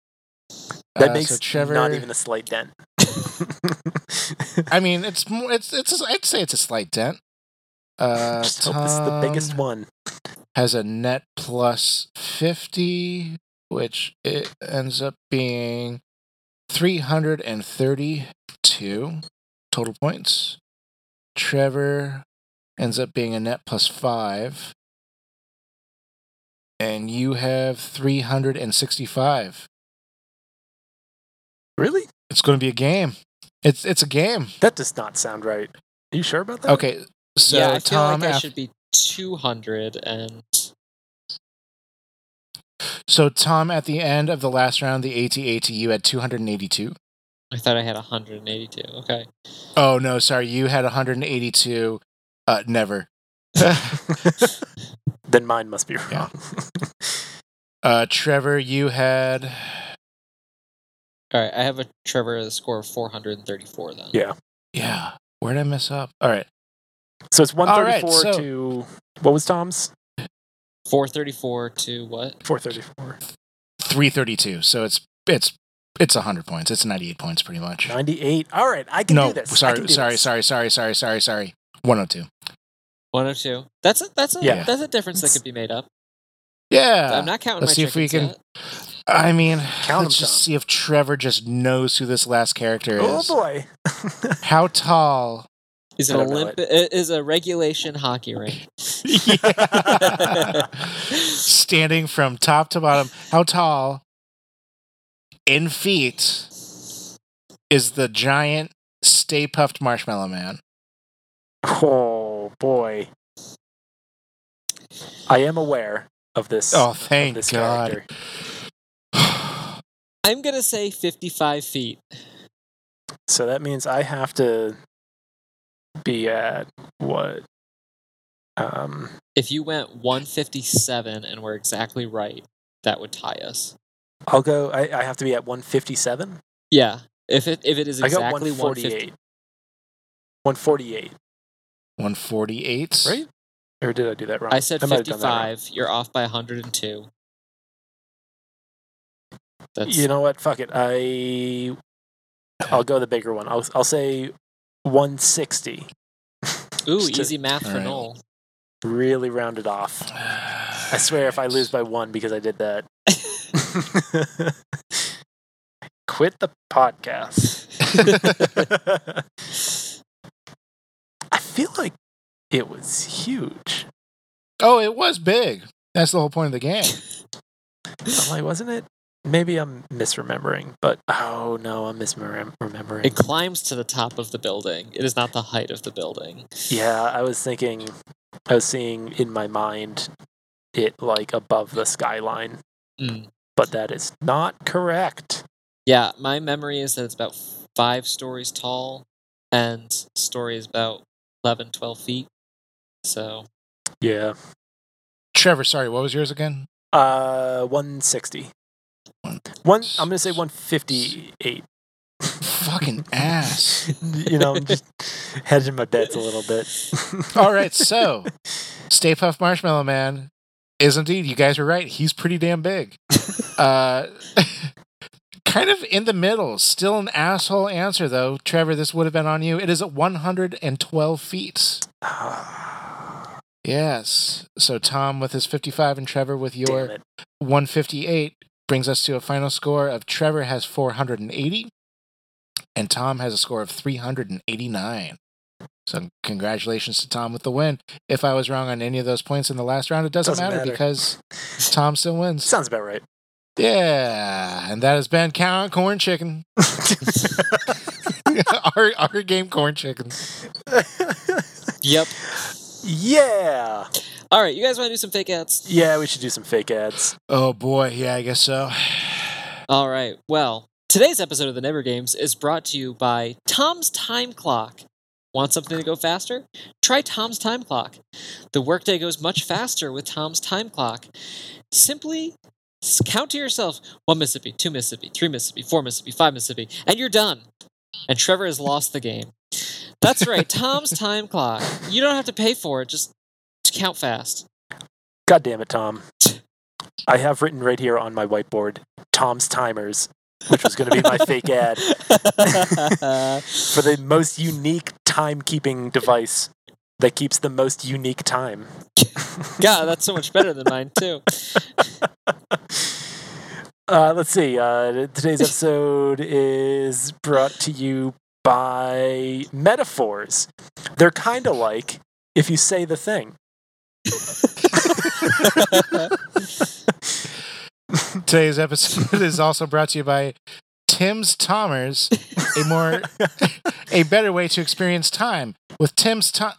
[SPEAKER 2] that
[SPEAKER 1] Uh,
[SPEAKER 2] makes
[SPEAKER 1] so Trevor.
[SPEAKER 2] not even a slight dent.
[SPEAKER 1] I mean, it's more. It's it's. I'd say it's a slight dent. Uh,
[SPEAKER 2] Just hope this is the biggest
[SPEAKER 1] Tom
[SPEAKER 2] one.
[SPEAKER 1] Has a net plus fifty, which it ends up being three hundred and thirty-two total points. Trevor ends up being a net plus five, and you have three hundred and sixty-five.
[SPEAKER 2] Really?
[SPEAKER 1] It's going to be a game. It's it's a game.
[SPEAKER 2] That does not sound right. Are you sure about that?
[SPEAKER 1] Okay, so
[SPEAKER 3] yeah, I feel
[SPEAKER 1] Tom,
[SPEAKER 3] like I
[SPEAKER 1] af-
[SPEAKER 3] should be 200 and
[SPEAKER 1] So, Tom, at the end of the last round, the AT-AT, you had 282.
[SPEAKER 3] I thought I had 182. Okay.
[SPEAKER 1] Oh, no, sorry. You had 182. Uh, never.
[SPEAKER 2] Then mine must be wrong.
[SPEAKER 1] Yeah. Uh, Trevor, you had.
[SPEAKER 3] All right, I have a Trevor at a score of 434 then.
[SPEAKER 2] Yeah.
[SPEAKER 1] Yeah. Where did I mess up? All right.
[SPEAKER 2] So it's
[SPEAKER 1] All right,
[SPEAKER 2] 134
[SPEAKER 1] so-
[SPEAKER 2] to what was Tom's?
[SPEAKER 3] 434 to what?
[SPEAKER 2] 434.
[SPEAKER 1] 332. So it's it's it's 100 points. It's 98 points, pretty much.
[SPEAKER 2] 98. All right, I can
[SPEAKER 1] No,
[SPEAKER 2] do this. I can
[SPEAKER 1] sorry,
[SPEAKER 2] do
[SPEAKER 1] sorry,
[SPEAKER 2] this.
[SPEAKER 1] sorry, sorry, sorry, sorry, sorry. 102.
[SPEAKER 3] 102. That's a that's a
[SPEAKER 1] Yeah.
[SPEAKER 3] that's a difference that could be made up.
[SPEAKER 1] Yeah.
[SPEAKER 3] I'm not counting
[SPEAKER 1] uh, let's
[SPEAKER 3] my
[SPEAKER 1] see if we
[SPEAKER 3] chickens
[SPEAKER 1] can-
[SPEAKER 3] yet.
[SPEAKER 1] I mean,
[SPEAKER 2] Count 'em,
[SPEAKER 1] let's just
[SPEAKER 2] Tom.
[SPEAKER 1] see if Trevor just knows who this last character
[SPEAKER 2] Oh
[SPEAKER 1] is.
[SPEAKER 2] boy.
[SPEAKER 1] How tall?
[SPEAKER 3] Is
[SPEAKER 2] I
[SPEAKER 3] an
[SPEAKER 2] don't know
[SPEAKER 3] Olympic is a regulation hockey rink.
[SPEAKER 1] standing from top to bottom. How tall in feet is the giant Stay Puffed Marshmallow Man?
[SPEAKER 2] oh boy. I am aware of this.
[SPEAKER 1] Oh,
[SPEAKER 2] of
[SPEAKER 1] thank
[SPEAKER 2] this
[SPEAKER 1] God.
[SPEAKER 2] character.
[SPEAKER 3] I'm going to say 55 feet.
[SPEAKER 2] So that means I have to be at what? Um,
[SPEAKER 3] If you went 157 and were exactly right, that would tie us.
[SPEAKER 2] I'll go. I, I have to be at 157.
[SPEAKER 3] Yeah. If it if it is
[SPEAKER 2] I got
[SPEAKER 3] exactly 150
[SPEAKER 2] 148. 148,
[SPEAKER 1] 148.
[SPEAKER 2] right? Or did I do that wrong?
[SPEAKER 3] I said
[SPEAKER 2] might have done that wrong.
[SPEAKER 3] 55, you're off by 102. That's
[SPEAKER 2] You know what? Fuck it. I I'll go the bigger one. I'll I'll say 160.
[SPEAKER 3] ooh,
[SPEAKER 2] just to-
[SPEAKER 3] easy math for
[SPEAKER 1] Alright.
[SPEAKER 3] Noel.
[SPEAKER 2] Really rounded off. I swear if I lose by one because I did that. Quit the podcast. I feel like it was huge.
[SPEAKER 1] Oh, it was big. That's the whole point of the game.
[SPEAKER 2] I'm like, wasn't it? Maybe I'm misremembering, but oh no, I'm misremembering.
[SPEAKER 3] It climbs to the top of the building. It is not the height of the building.
[SPEAKER 2] Yeah, I was thinking, I was seeing in my mind it like above the skyline,
[SPEAKER 3] Mm.
[SPEAKER 2] but that is not correct.
[SPEAKER 3] Yeah, my memory is that it's about five stories tall, and story is about 11, 12 feet. So
[SPEAKER 2] Yeah.
[SPEAKER 1] Trevor, sorry, what was yours again?
[SPEAKER 2] Uh, 160.
[SPEAKER 1] One-
[SPEAKER 2] One, I'm going to say 158.
[SPEAKER 1] Fucking ass.
[SPEAKER 2] you know, I'm just hedging my bets a little bit.
[SPEAKER 1] All right, so Stay Puff Marshmallow Man is indeed, you guys are right. He's pretty damn big. Uh, kind of in the middle. Still an asshole answer, though. Trevor, this would have been on you. It is at 112 feet.
[SPEAKER 2] Damn
[SPEAKER 1] Yes. So Tom with his 55 and Trevor with your
[SPEAKER 2] it.
[SPEAKER 1] 158 brings us to a final score of Trevor has 480 and Tom has a score of 389. So congratulations to Tom with the win. If I was wrong on any of those points in the last round, it doesn't,
[SPEAKER 2] Doesn't
[SPEAKER 1] matter,
[SPEAKER 2] matter.
[SPEAKER 1] because Tom still wins.
[SPEAKER 2] Sounds about right.
[SPEAKER 1] yeah, and that has been Count Corn Chicken. our, our game Corn Chicken.
[SPEAKER 3] Yep.
[SPEAKER 2] yeah.
[SPEAKER 3] All right, you guys want to do some fake ads?
[SPEAKER 2] Yeah, we should do some fake ads.
[SPEAKER 1] Oh boy, yeah, I guess so.
[SPEAKER 3] All right. Well, today's episode of the Never Games is brought to you by Tom's Time Clock. Want something to go faster? Try Tom's Time Clock. The workday goes much faster with Tom's Time Clock. Simply s- count to yourself one Mississippi, two Mississippi, three Mississippi, four Mississippi, five Mississippi, and you're done. And Trevor has lost the game. That's right, Tom's Time Clock. You don't have to pay for it, just, just count fast.
[SPEAKER 2] God damn it, Tom. I have written right here on my whiteboard Tom's Timers, which was going to be my fake ad for the most unique timekeeping device that keeps the most unique time.
[SPEAKER 3] God, that's so much better than mine, too.
[SPEAKER 2] Uh, let's see. Uh, today's episode is brought to you by metaphors. They're kind of like if you say the thing.
[SPEAKER 1] Today's episode is also brought to you by Tim's Tommers, a more a better way to experience time with Tim's Tom.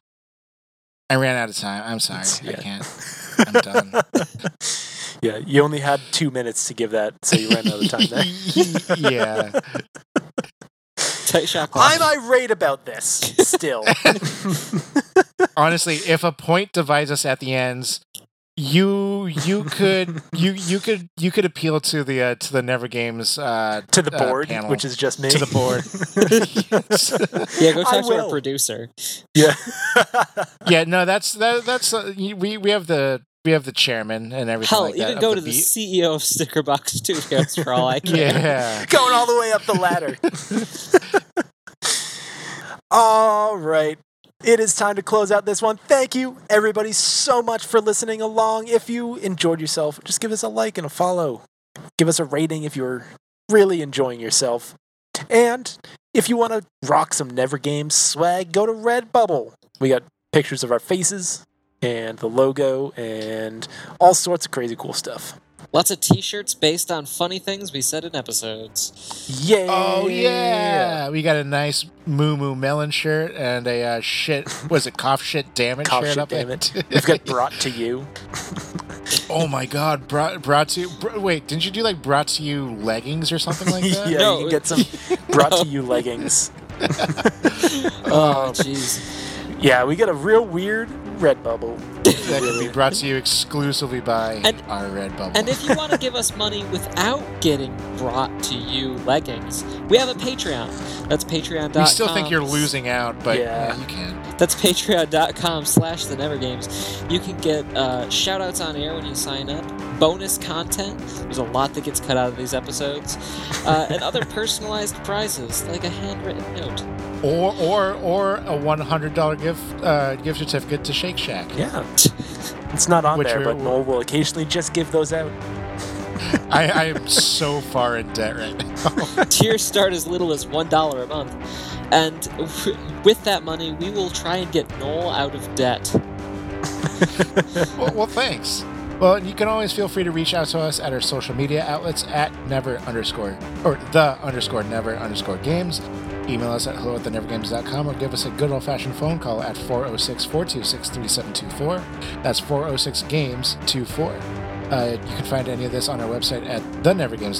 [SPEAKER 1] I ran out of time. I'm sorry. I
[SPEAKER 2] Yeah.
[SPEAKER 1] can't. I'm done.
[SPEAKER 2] yeah, you only had two minutes to give that, so you ran out of time there.
[SPEAKER 1] yeah.
[SPEAKER 3] Tight shot clock.
[SPEAKER 2] I'm irate about this still.
[SPEAKER 1] Honestly, if a point divides us at the ends, you you could you you could you could appeal to the uh, to the Never Games uh,
[SPEAKER 2] to the
[SPEAKER 1] Uh,
[SPEAKER 2] board,
[SPEAKER 1] panel.
[SPEAKER 2] which is just me.
[SPEAKER 1] to the board.
[SPEAKER 3] Yeah, go
[SPEAKER 2] I
[SPEAKER 3] talk to
[SPEAKER 2] will.
[SPEAKER 3] our producer.
[SPEAKER 2] yeah.
[SPEAKER 1] yeah, no, that's that, that's uh, we we have the we have the chairman and everything.
[SPEAKER 3] Hell,
[SPEAKER 1] like that
[SPEAKER 3] even
[SPEAKER 1] of
[SPEAKER 3] go
[SPEAKER 1] the
[SPEAKER 3] to the
[SPEAKER 1] beat.
[SPEAKER 3] CEO of Stickerbox Studios for all I care.
[SPEAKER 1] Yeah.
[SPEAKER 2] Going all the way up the ladder. all right. It is time to close out this one. Thank you, everybody, so much for listening along. If you enjoyed yourself, just give us a like and a follow. Give us a rating if you're really enjoying yourself. And if you want to rock some Never Games swag, go to Redbubble. We got pictures of our faces and the logo and all sorts of crazy cool stuff.
[SPEAKER 3] Lots of t-shirts based on funny things we said in episodes.
[SPEAKER 2] Yeah.
[SPEAKER 1] Oh yeah, we got a nice moo moo melon shirt and a uh, shit. Was it cough shit damn it
[SPEAKER 2] Cough
[SPEAKER 1] shirt
[SPEAKER 2] shit,
[SPEAKER 1] up
[SPEAKER 2] damn
[SPEAKER 1] there?
[SPEAKER 2] it. We've got brought to you.
[SPEAKER 1] oh my god, brought brought to you. Br- wait, didn't you do like brought to you leggings or something like that?
[SPEAKER 2] yeah,
[SPEAKER 3] No,
[SPEAKER 2] you can
[SPEAKER 3] it-
[SPEAKER 2] get some brought to you leggings.
[SPEAKER 3] Oh, jeez.
[SPEAKER 2] Yeah, we got a real weird red bubble.
[SPEAKER 1] that could be brought to you exclusively by
[SPEAKER 3] And-
[SPEAKER 1] our red bubble.
[SPEAKER 3] And if you want to give us money without getting brought to you leggings, we have a Patreon. That's patreon.com.
[SPEAKER 1] we still think you're losing out, but
[SPEAKER 2] Yeah.
[SPEAKER 1] yeah, you can.
[SPEAKER 3] That's patreon.com slash the never games. You can get uh, shout outs on air when you sign up, bonus content. There's a lot that gets cut out of these episodes, uh, and other personalized prizes like a handwritten note.
[SPEAKER 1] Or or or a one hundred dollar gift uh, gift certificate to Shake Shack.
[SPEAKER 2] Yeah. It's not on
[SPEAKER 1] Which
[SPEAKER 2] there,
[SPEAKER 1] are-
[SPEAKER 2] but Noel will occasionally just give those out.
[SPEAKER 1] I, I am so far in debt right now.
[SPEAKER 3] Tiers start as little as $1 a month. And w- with that money, we will try and get Noel out of debt.
[SPEAKER 1] well, well, thanks. Well, you can always feel free to reach out to us at our social media outlets at never underscore or the underscore never underscore games. Email us at hello at thenevergames.com or give us a good old fashioned phone call at 406 426 3724. That's 406 games 24. Uh, you can find any of this on our website at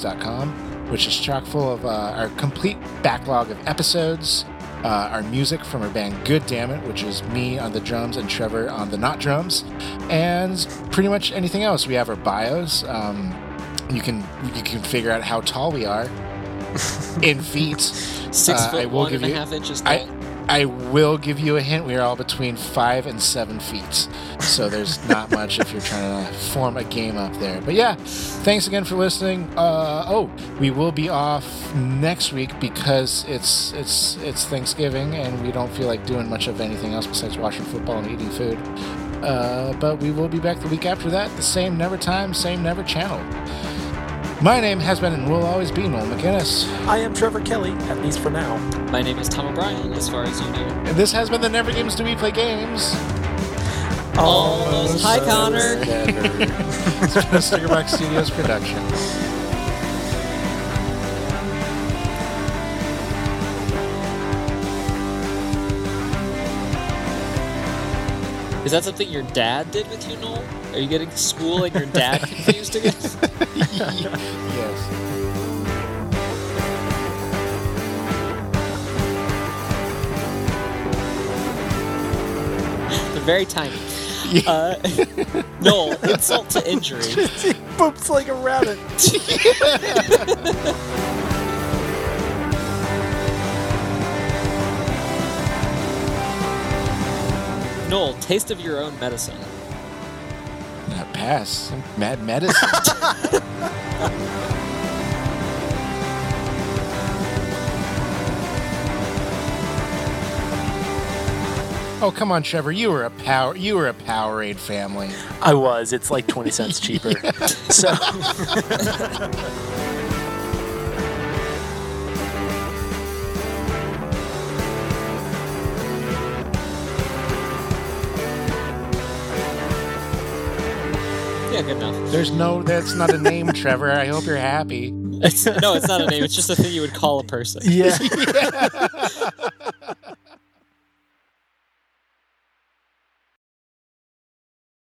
[SPEAKER 1] thenevergames.com, which is chock full of uh, our complete backlog of episodes, uh, our music from our band Good Damn It, which is me on the drums and Trevor on the not drums, and pretty much anything else. We have our bios. Um, you can you can figure out how tall we are in feet.
[SPEAKER 3] Six
[SPEAKER 1] Uh, I
[SPEAKER 3] foot
[SPEAKER 1] will
[SPEAKER 3] one and
[SPEAKER 1] give
[SPEAKER 3] a
[SPEAKER 1] you-
[SPEAKER 3] half inches
[SPEAKER 1] I-
[SPEAKER 3] tall.
[SPEAKER 1] I will give you a hint. We are all between five and seven feet, so there's not much if you're trying to form a game up there. But yeah, thanks again for listening. Uh, oh, we will be off next week because it's it's it's Thanksgiving and we don't feel like doing much of anything else besides watching football and eating food. Uh, but we will be back the week after that, the same never time, same never channel. My name has been and will always be Noel McGinnis.
[SPEAKER 2] I am Trevor Kelly, at least for now.
[SPEAKER 3] My name is Tom O'Brien, as far as you know.
[SPEAKER 1] And this has been the Never Games Do We Play Games.
[SPEAKER 3] Almost. Hi, Connor.
[SPEAKER 1] Stickerbox Studios production.
[SPEAKER 3] Is that something your dad did with you, Noel? Are you getting school and your dad confused again?
[SPEAKER 1] Yes.
[SPEAKER 3] very tiny. Uh, Noel, insult to injury.
[SPEAKER 2] he boops like a rabbit.
[SPEAKER 3] Noel, taste of your own medicine.
[SPEAKER 1] Not Uh, pass. Mad medicine. oh come on, Trevor. You were a power. You were a Powerade family.
[SPEAKER 2] I was. It's like 20 cents cheaper. So
[SPEAKER 3] Yeah, good enough.
[SPEAKER 1] There's no. That's not a name, Trevor. I hope you're happy.
[SPEAKER 3] It's, no, it's not a name. It's just a thing you would call a person.
[SPEAKER 2] yeah,